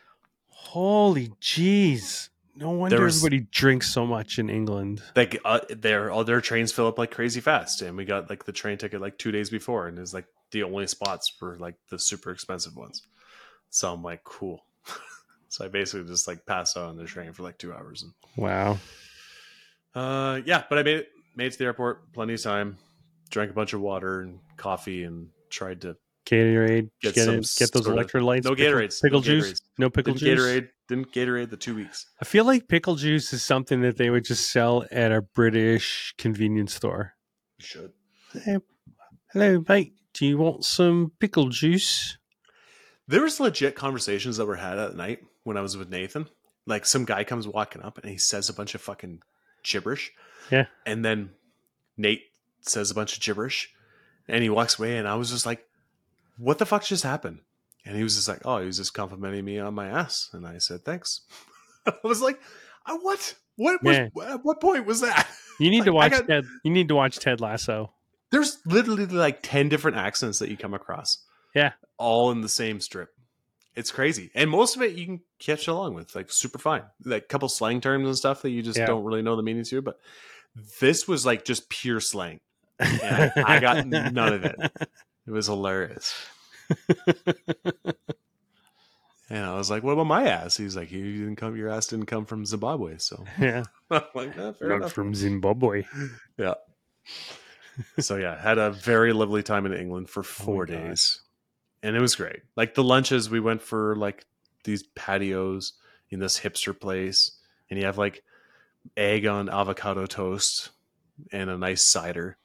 B: Holy jeez. No wonder
A: There was-
B: everybody drinks so much in England.
A: Like uh, their all their trains fill up like crazy fast, and we got like the train ticket like two days before, and it was like the only spots were like the super expensive ones. So I'm like, cool. so I basically just like passed out on the train for like two hours, and
B: Wow.
A: uh, yeah, but I made it made it to the airport, plenty of time, drank a bunch of water and coffee, and tried to
B: Gatorade.
A: Get
B: Get, get,
A: some
B: it- get those
A: sort of-
B: electrolytes.
A: no
B: pickle-
A: Gatorades,
B: Pickle
A: no
B: juice.
A: Gatorades.
B: No pickle
A: didn't
B: juice.
A: Gatorade didn't Gatorade the two weeks.
B: I feel like pickle juice is something that they would just sell at a British convenience store.
A: You should.
B: Hello, mate. Do you want some pickle juice?
A: There was legit conversations that were had at night when I was with Nathan. Like some guy comes walking up and he says a bunch of fucking gibberish.
B: Yeah.
A: And then Nate says a bunch of gibberish and he walks away and I was just like, What the fuck just happened? And he was just like, Oh, he was just complimenting me on my ass. And I said, Thanks. I was like, I, what? What was
B: Yeah.
A: at what point was that?
B: You need to
A: Like, I
B: watch
A: got-
B: Ted. You need to watch Ted Lasso.
A: There's literally like 10 different accents that you come across.
B: Yeah.
A: All in the same strip. It's crazy. And most of it you can catch along with, like super fine. Like a couple slang terms and stuff that you just
B: Yeah.
A: don't really know the meaning to, but this was like just pure slang. And I, I got none of it. It was hilarious. and I was like, what about my ass? He's like, you didn't come, your ass didn't come from Zimbabwe. So
B: Yeah,
A: I'm like, "Eh, fair enough.
B: from Zimbabwe.
A: Yeah. so yeah, had a very lovely time in England for four
B: Oh gosh.
A: days, and it was great. Like the lunches, we went for like these patios in this hipster place, and you have like egg on avocado toast and a nice cider,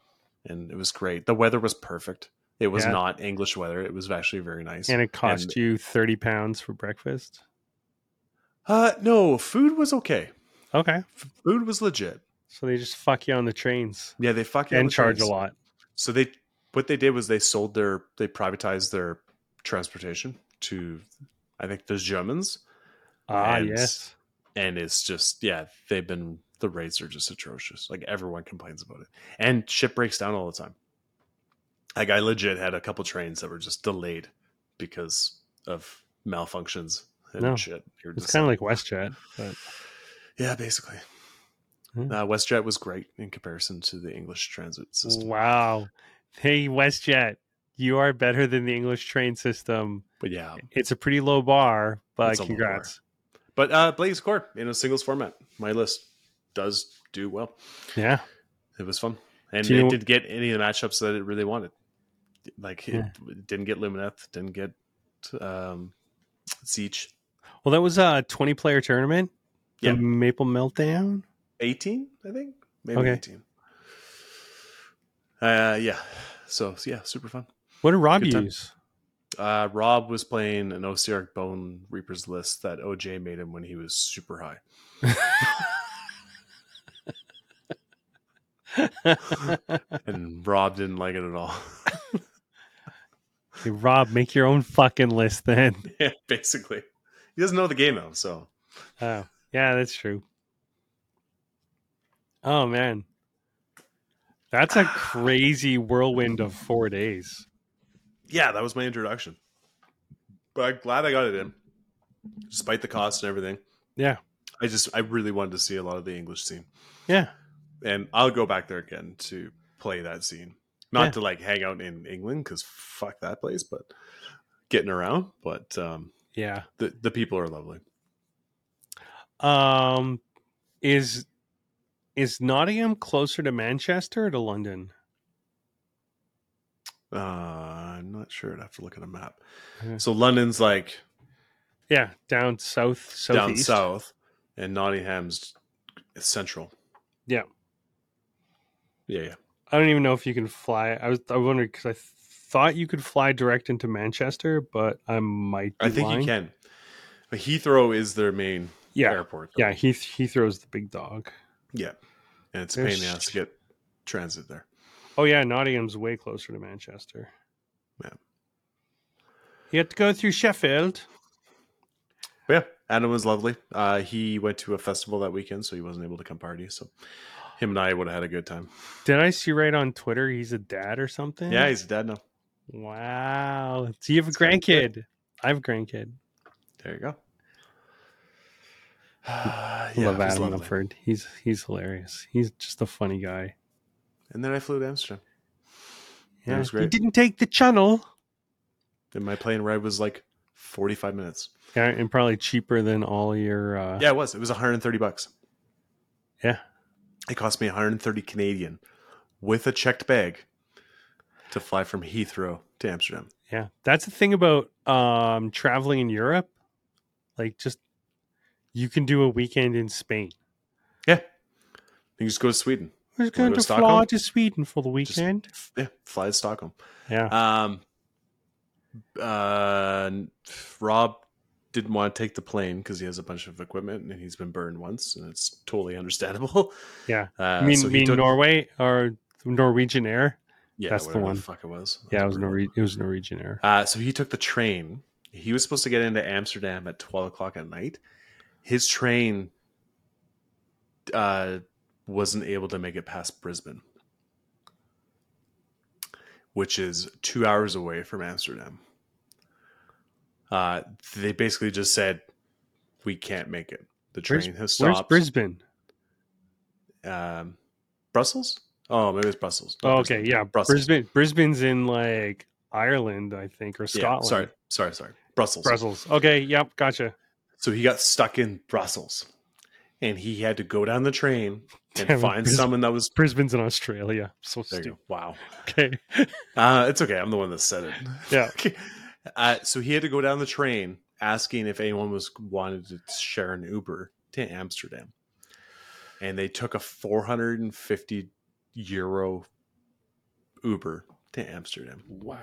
A: and it was great. The weather was perfect. It was
B: Yeah.
A: not English weather. It was actually very nice.
B: And it cost
A: And-
B: you 30 pounds for breakfast.
A: Uh, no, food was okay.
B: Okay.
A: F- food was legit.
B: So they just fuck you on the trains
A: Yeah, they fuck you on
B: and
A: the
B: charge
A: trains.
B: a lot.
A: So they what they did was they sold their they privatized their transportation to I think those Germans.
B: Ah,
A: And-
B: yes.
A: And it's just yeah, they've been the rates are just atrocious. Like everyone complains about it. And shit breaks down all the time. Like I legit had a couple trains that were just delayed because of malfunctions and
B: No.
A: shit. You're
B: It's
A: just
B: kind of like WestJet, but
A: Yeah, basically.
B: Hmm.
A: Uh, WestJet was great in comparison to the English transit system.
B: wow. Hey, WestJet, you are better than the English train system.
A: But yeah,
B: It's a pretty low bar, but
A: It's a low
B: congrats.
A: but uh, Blaze Corp in a singles format, my list does do well.
B: Yeah.
A: It was fun, and
B: Do you-
A: it did get any of the matchups that it really wanted. Like
B: Yeah.
A: it didn't get Lumineth, didn't get um, Siege.
B: Well, that was a 20 player tournament. The
A: Yeah.
B: Maple Meltdown.
A: eighteen, I think, maybe
B: Okay.
A: eighteen. Uh, yeah. So yeah, super fun.
B: What did Rob
A: Good time.
B: use?
A: Uh, Rob was playing an OCR Bone Reapers list that OJ made him when he was super high. and Rob didn't like it at all.
B: Hey, Rob, make your own fucking list then.
A: yeah, basically. He doesn't know the game though, so
B: Oh, yeah, that's true. Oh man. That's a crazy whirlwind of 4 days.
A: yeah, that was my introduction. But I'm glad I got it in. Despite the cost and everything.
B: Yeah.
A: I just I really wanted to see a lot of the English scene.
B: Yeah.
A: And I'll go back there again to play that scene. Not
B: Yeah.
A: to like hang out in England because fuck that place, but getting around. But um
B: Yeah.
A: the, the people are lovely.
B: Um is is Nottingham closer to Manchester or to London?
A: Uh, I'm not sure. I'd have to look at a map.
B: Yeah.
A: So London's like
B: Yeah, down south,
A: down
B: southeast.
A: south, and Nottingham's central.
B: Yeah.
A: Yeah, yeah.
B: I don't even know if you can fly. I was I wondered because I th- thought you could fly direct into Manchester, but I might. Be
A: I think
B: lying.
A: you can. But Heathrow is their main
B: Yeah,
A: airport. though.
B: yeah. He he throws the big dog.
A: yeah. And it's a pain in the
B: There's-
A: ass to get transit there.
B: Oh yeah, Nottingham's way closer to Manchester.
A: Yeah.
B: You have to go through Sheffield.
A: But yeah, Adam was lovely. Uh, he went to a festival that weekend, so he wasn't able to come party. So him and I would have had a good time.
B: Did I see right on Twitter he's a dad or something?
A: Yeah, he's dead now.
B: Wow. Do you have a
A: It's kinda good.
B: grandkid? I have a grandkid.
A: There you go. yeah, it
B: Love
A: was
B: Adam
A: lovely.
B: Lefford. He's he's hilarious. He's just a funny guy.
A: And then I flew to Amsterdam. Yeah, it was
B: He
A: great.
B: didn't take the channel.
A: And my plane ride was like 45 minutes.
B: Yeah, and probably cheaper than all your uh
A: Yeah, it was. It was 130 bucks.
B: Yeah.
A: It cost me 130 Canadian with a checked bag to fly from Heathrow to Amsterdam.
B: Yeah, that's the thing about um traveling in Europe. Like, just you can do a weekend in Spain.
A: Yeah. You can just go to Sweden.
B: We're
A: go
B: going
A: to
B: to fly
A: Stockholm?
B: to Sweden for the weekend.
A: F- Yeah, fly to Stockholm.
B: yeah,
A: Um, uh, Rob didn't want to take the plane because he has a bunch of equipment and he's been burned once, and it's totally understandable.
B: Yeah.
A: Uh,
B: I mean,
A: so he
B: mean
A: took-
B: Norway or Norwegian Air.
A: yeah,
B: that's the
A: whatever
B: one.
A: fuck it was.
B: Yeah, it was
A: brutal.
B: Norwegian. It was Norwegian Air.
A: Uh, so he took the train. He was supposed to get into Amsterdam at 12 o'clock at night. His train uh, wasn't able to make it past Brisbane, which is two hours away from Amsterdam. Uh, they basically just said, We can't make it. The
B: Where's-
A: train has
B: Where's
A: stopped.
B: Brisbane?
A: um, Brussels? Oh, maybe it's Brussels. not
B: Oh,
A: Brisbane.
B: okay, yeah,
A: Brussels.
B: Brisbane. Brisbane's in like Ireland, I think, or
A: Yeah,
B: Scotland.
A: sorry, sorry, sorry. Brussels.
B: Brussels. Okay, yep, gotcha.
A: So he got stuck in Brussels and he had to go down the train and
B: Damn,
A: find
B: Bris-
A: someone that was.
B: Brisbane's in Australia. So
A: There you
B: stupid.
A: go. Wow.
B: Okay,
A: Uh, it's okay. I'm the one that said it.
B: yeah,
A: Uh, so he had to go down the train asking if anyone was wanted to share an Uber to Amsterdam, and they took a 450 euro Uber to Amsterdam
E: Wow.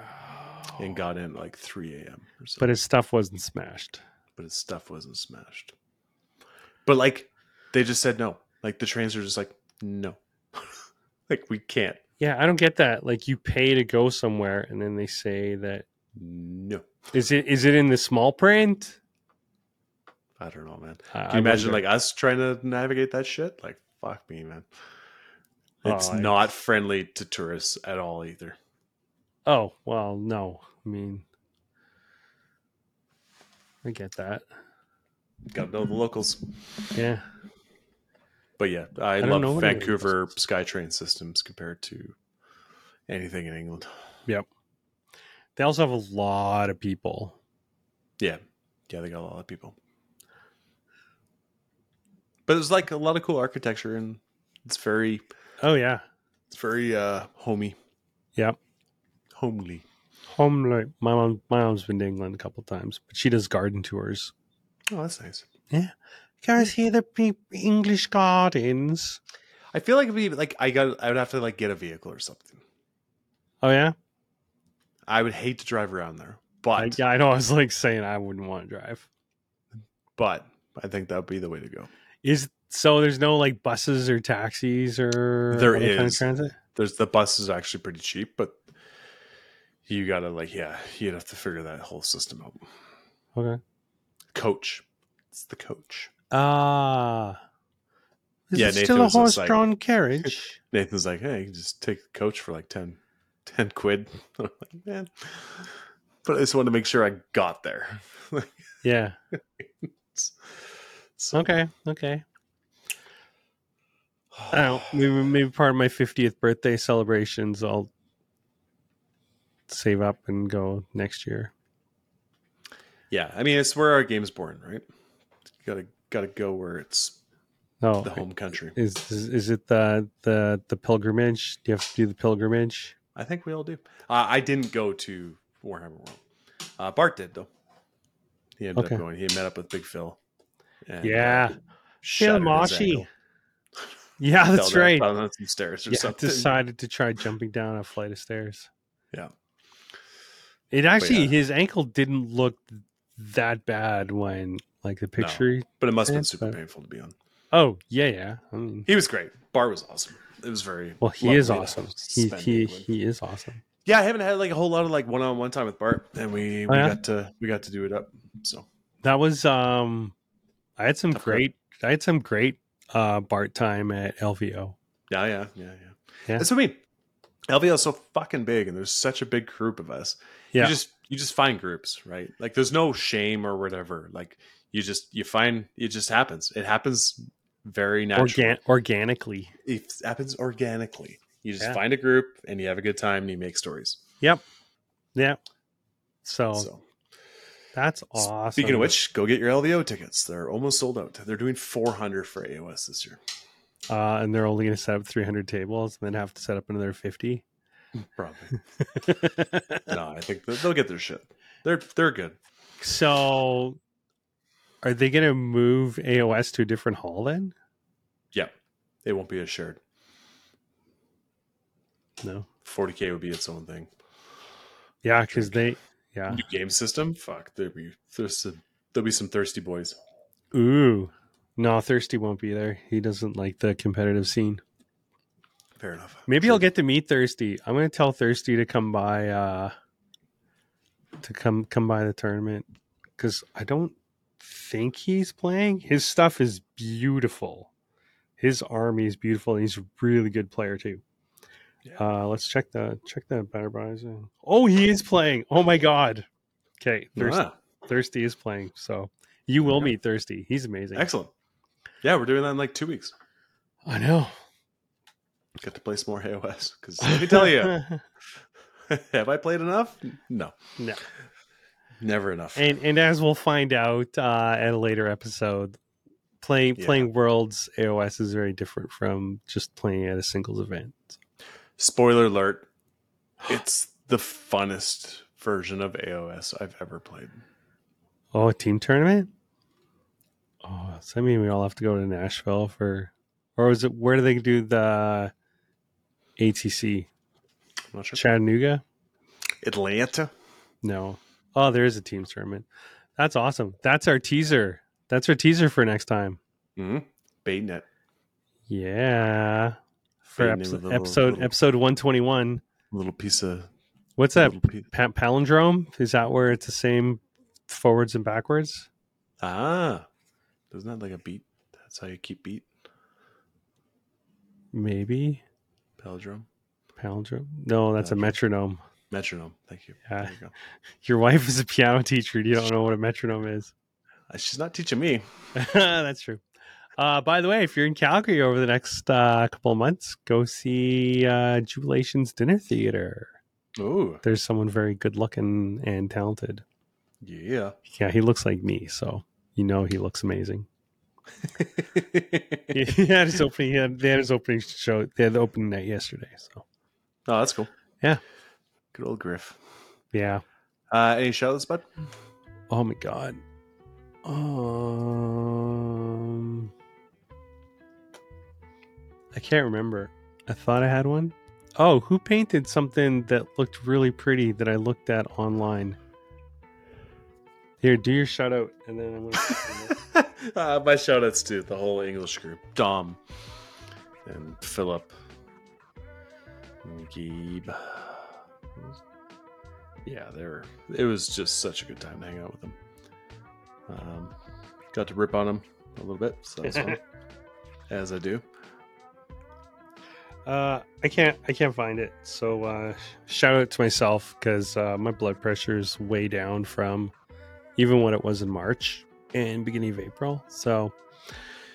A: and got in at like 3 a.m. or something.
B: Oh. But his stuff wasn't smashed.
A: but his stuff wasn't smashed. But like they just said no. Like the trains are just like no. like we can't.
B: Yeah, I don't get that. Like you pay to go somewhere and then they say that
A: No.
B: is it is it in the small print?
A: I don't know, man.
B: I-
A: Can
B: I
A: you imagine
B: wonder.
A: like us trying to navigate that shit? Like fuck me, man. It's
B: Oh, I-
A: not friendly to tourists at all either.
B: Oh, well, no. I mean I get that.
A: Got to know the locals.
B: Yeah.
A: But yeah, I,
B: don't know
A: love
B: what any of the
A: Vancouver
B: locals-
A: SkyTrain systems compared to anything in England.
B: They also have a lot of people.
A: Yeah. Yeah, they got a lot of people. But it's like a lot of cool architecture and it's very
B: Oh yeah.
A: it's very uh homey.
B: Yep.
A: Homely.
B: Home like my mom my mom's been to England a couple times, but she does garden tours.
A: Oh, that's nice.
B: Guys, here the pe- English gardens.
A: I feel like it'd be like I got I would have to like get a vehicle or something.
B: Oh yeah?
A: I would hate to drive around there. But
B: I, yeah, I know I was like saying I wouldn't want to drive.
A: but I think that would be the way to go.
B: Is so there's no like buses or taxis or
A: There
B: other kind of
A: is.
B: transit?
A: There's the bus is actually pretty cheap, but you gotta like yeah, you'd have to figure that whole system out.
B: Okay.
A: Coach. It's the coach.
B: Ah. is
A: Yeah,
B: it
A: Nathan
B: still a
A: was just like-
B: horse-drawn carriage?
A: Nathan's like, hey, you can just take the coach for like 10, 10 quid. I'm like, man. But I just wanted to make sure I got there.
B: yeah.
A: So,
B: Okay. Okay. I don't. Maybe, maybe part of my 50th birthday celebrations, I'll save up and go next year.
A: Yeah, I mean, it's where our game's born, right? You gotta gotta go where it's
B: Oh,
A: the home country.
B: is, is is it the the the pilgrimage? Do you have to do the pilgrimage?
A: I think we all do. Uh, I didn't go to Warhammer World. Uh, Bart did though. He ended
B: Okay.
A: up going. He met up with Big Phil. and, uh,
B: yeah.
A: shattered his
B: Moshi.
A: ankle.
B: Yeah, Ah, that's
A: Fell down-
B: right.
A: fell down some stairs or
B: yeah,
A: something.
B: decided to try jumping down a flight of stairs.
A: Yeah.
B: It actually,
A: yeah.
B: his ankle didn't look that bad when, like, the picture.
A: But it must have been
B: That's
A: super
B: fine.
A: painful to be on.
B: Oh, yeah, yeah. I mean,
A: He was great. Bar was awesome. It was very
B: well, he is
A: lovely to
B: awesome. He,
A: spend
B: he,
A: England.
B: he is awesome.
A: Yeah, I haven't had like a whole lot of like one on one time with Bart, and we,
B: Oh,
A: we
B: yeah?
A: got to we got to do it up. So
B: That was, um, I had some
A: Tough crowd.
B: great, I had some great, uh, Bart time at LVO.
A: yeah, yeah, yeah, yeah.
B: Yeah.
A: That's what I mean. LVL is so fucking big, and there's such a big group of us.
B: Yeah.
A: You just you just find groups, right? Like there's no shame or whatever. Like you just you find it just happens. It happens very naturally.
B: Organ- organically.
A: it happens organically. You just
B: Yeah.
A: find a group and you have a good time and you make stories.
B: So,
A: So
B: that's awesome.
A: Speaking of which, go get your LVO tickets. They're almost sold out. They're doing 400 for AOS this year,
B: uh, and they're only going to set up 300 tables and then have to set up another 50.
A: probably. no, I think they'll- they'll get their shit. They're they're good.
B: So, are they going to move AOS to a different hall then?
A: Yeah, they won't be as shared.
B: No.
A: 40k would be its own thing.
B: Yeah, because they. Yeah.
A: New game system. Fuck, there'll be there's some, there'll be some thirsty boys.
B: Ooh. No, Thirsty won't be there. He doesn't like the competitive scene.
A: Fair enough.
B: Maybe I'll get to meet Thirsty. I'm going to tell Thirsty to come by. uh To come come by the tournament because I don't think he's playing. His stuff is beautiful. His army is beautiful, and he's a really good player too.
A: Yeah.
B: Uh, let's check the check the battle buys. Oh, he is playing. Oh my god. Okay, Thirst,
A: Ah,
B: Thirsty is playing. So you will meet Thirsty. He's amazing.
A: excellent. Yeah, we're doing that in like two weeks.
B: I know.
A: Got to play some more AOS because let me tell you, have I played enough? No,
B: No.
A: never enough.
B: and and as we'll find out uh, at a later episode, playing
A: Yeah.
B: playing Worlds AOS is very different from just playing at a singles event.
A: Spoiler alert. It's the funnest version of AOS I've ever played.
B: Oh, a team tournament? Oh, so I mean we all have to go to Nashville for or is it where do they do the ATC?
A: I'm not sure.
B: Chattanooga?
A: Atlanta.
B: No. Oh, there is a team tournament. That's awesome. That's our teaser. That's our teaser for next time.
A: Mm-hmm. Baynet.
B: Yeah.
A: Fading
B: For
A: in
B: episode
A: with a little-
B: episode,
A: little-
B: episode 121.
A: Little piece of.
B: What's that?
A: Little piece.
B: Pa- palindrome? Is that where it's the same forwards and backwards?
A: Ah. Isn't that like a beat? That's how you keep beat.
B: Maybe.
A: Palindrome.
B: Palindrome? No, that's a
A: Gotcha.
B: metronome.
A: Metronome. Thank you.
B: Yeah.
A: There you go.
B: Your wife is a piano teacher. and You don't know what a metronome is.
A: Uh, She's not teaching me.
B: That's true. Uh, by the way, if you're in Calgary over the next uh, couple of months, go see uh, Jubilations Dinner Theater.
A: Ooh.
B: There's someone very good looking and talented.
A: Yeah.
B: Yeah, he looks like me, so you know he looks amazing. He had his opening. He had, they had his opening show. They had the opening night yesterday. So
A: Oh, that's cool.
B: Yeah.
A: Good old Griff.
B: yeah.
A: Uh, any shout outs, bud?
B: Oh my god. Um, I can't remember. I thought I had one. Oh, who painted something that looked really pretty that I looked at online? Here, do your shout out, and then I'm gonna.
A: uh, my shout outs to the whole English group Dom and Philip and Gabe. Yeah, they were, it was just such a good time to hang out with them. Um, got to rip on them a little bit, so that was fun. As I do.
B: Uh, I can't. I can't find it. So uh, shout out to myself because uh, my blood pressure is way down from even what it was in March and beginning of April. So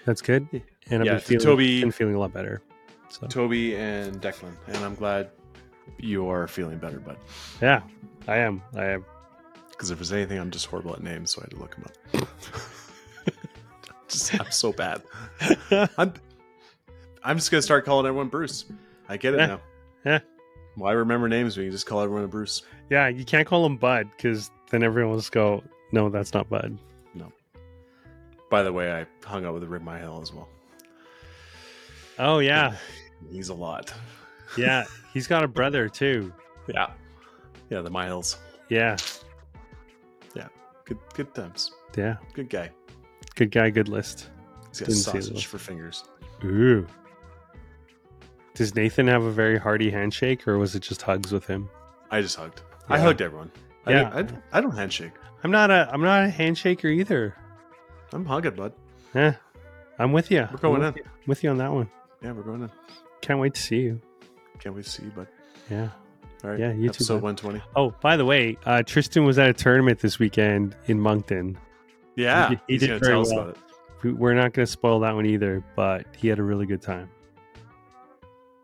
B: that's good. And
A: Yeah,
B: I've been feeling,
A: Toby-
B: been feeling a lot better. So
A: Toby and Declan, and I'm glad you are feeling better, bud.
B: yeah, I am. I am.
A: Because if there's anything, I'm just horrible at names, so I had to look them up. just, I'm so bad. I'm, I'm just gonna start calling everyone Bruce. I get it
B: Yeah.
A: now.
B: Yeah.
A: Why remember names when you just call everyone a Bruce?
B: Yeah, you can't call him Bud because then everyone will just go, "No, that's not Bud."
A: By the way, I hung out with Rick Hill as well.
B: Oh yeah,
A: He's a lot.
B: yeah. He's got a brother too.
A: Yeah. Yeah, the Myhills.
B: Yeah,
A: Good good times.
B: yeah.
A: Good guy.
B: Good guy. Good list.
A: He's got
B: Didn't see
A: sausage
B: those.
A: for fingers.
B: Ooh. Does Nathan have a very hearty handshake or was it just hugs with him?
A: I just hugged. I
B: Yeah.
A: hugged everyone. I
B: Yeah.
A: don't- I, I don't handshake.
B: I'm not a I'm not a handshaker either.
A: I'm hugging, bud.
B: Yeah. I'm with you.
A: We're going
B: I'm
A: in.
B: with You. with you on that one.
A: Yeah, we're going in.
B: Can't wait to see you.
A: Can't wait to see you, bud.
B: Yeah.
A: All right.
B: Yeah, you too,
A: Episode
B: bud.
A: 120.
B: Oh, by the way, uh, Tristan was at a tournament this weekend in Moncton.
A: Yeah.
B: He did- he
A: he's
B: did
A: gonna
B: very
A: tell us
B: well.
A: about it.
B: We- We're not going to spoil that one either, but he had a really good time.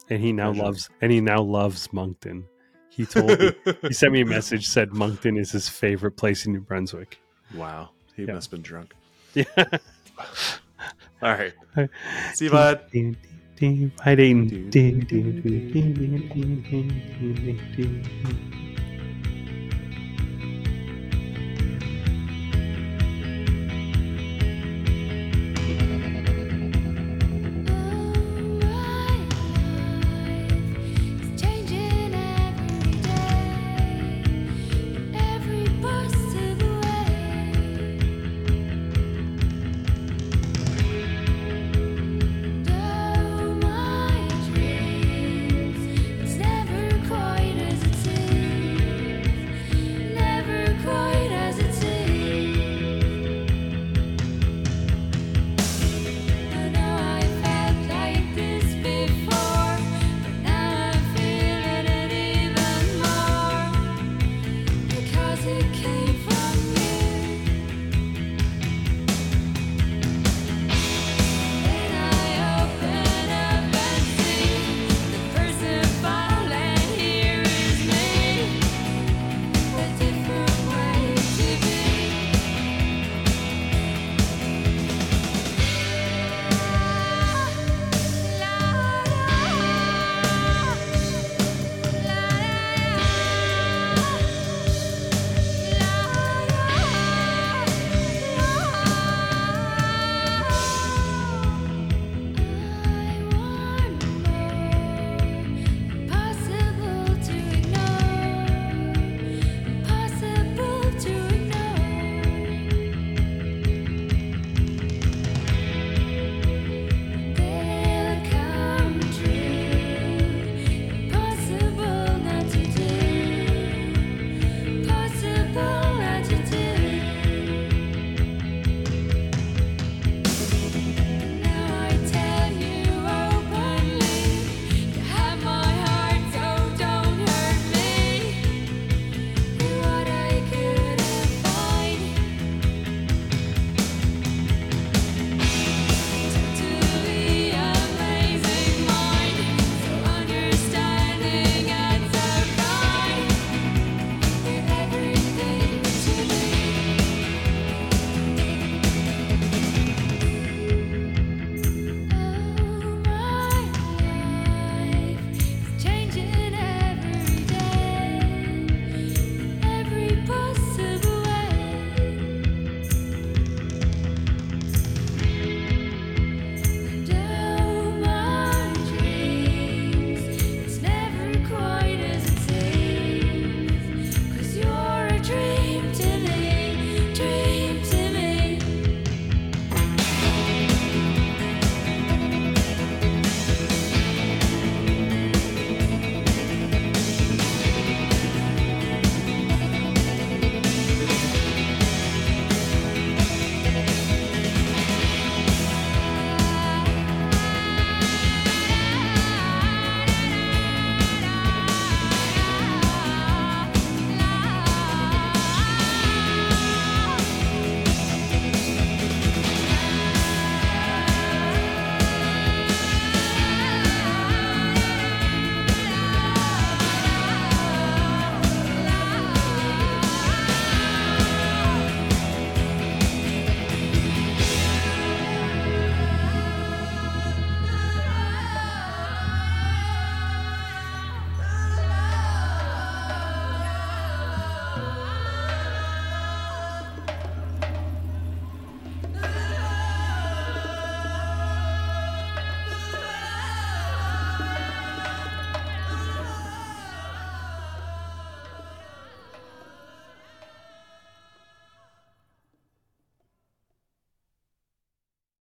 B: And he now
A: Pleasure.
B: loves and he now loves Moncton. He told me he sent me a message said Moncton is his favorite place in New Brunswick.
A: Wow. He
B: Yeah.
A: must have been drunk.
B: Yeah.
A: All right.
B: All
A: See you, bud.
B: Hi, Dayton.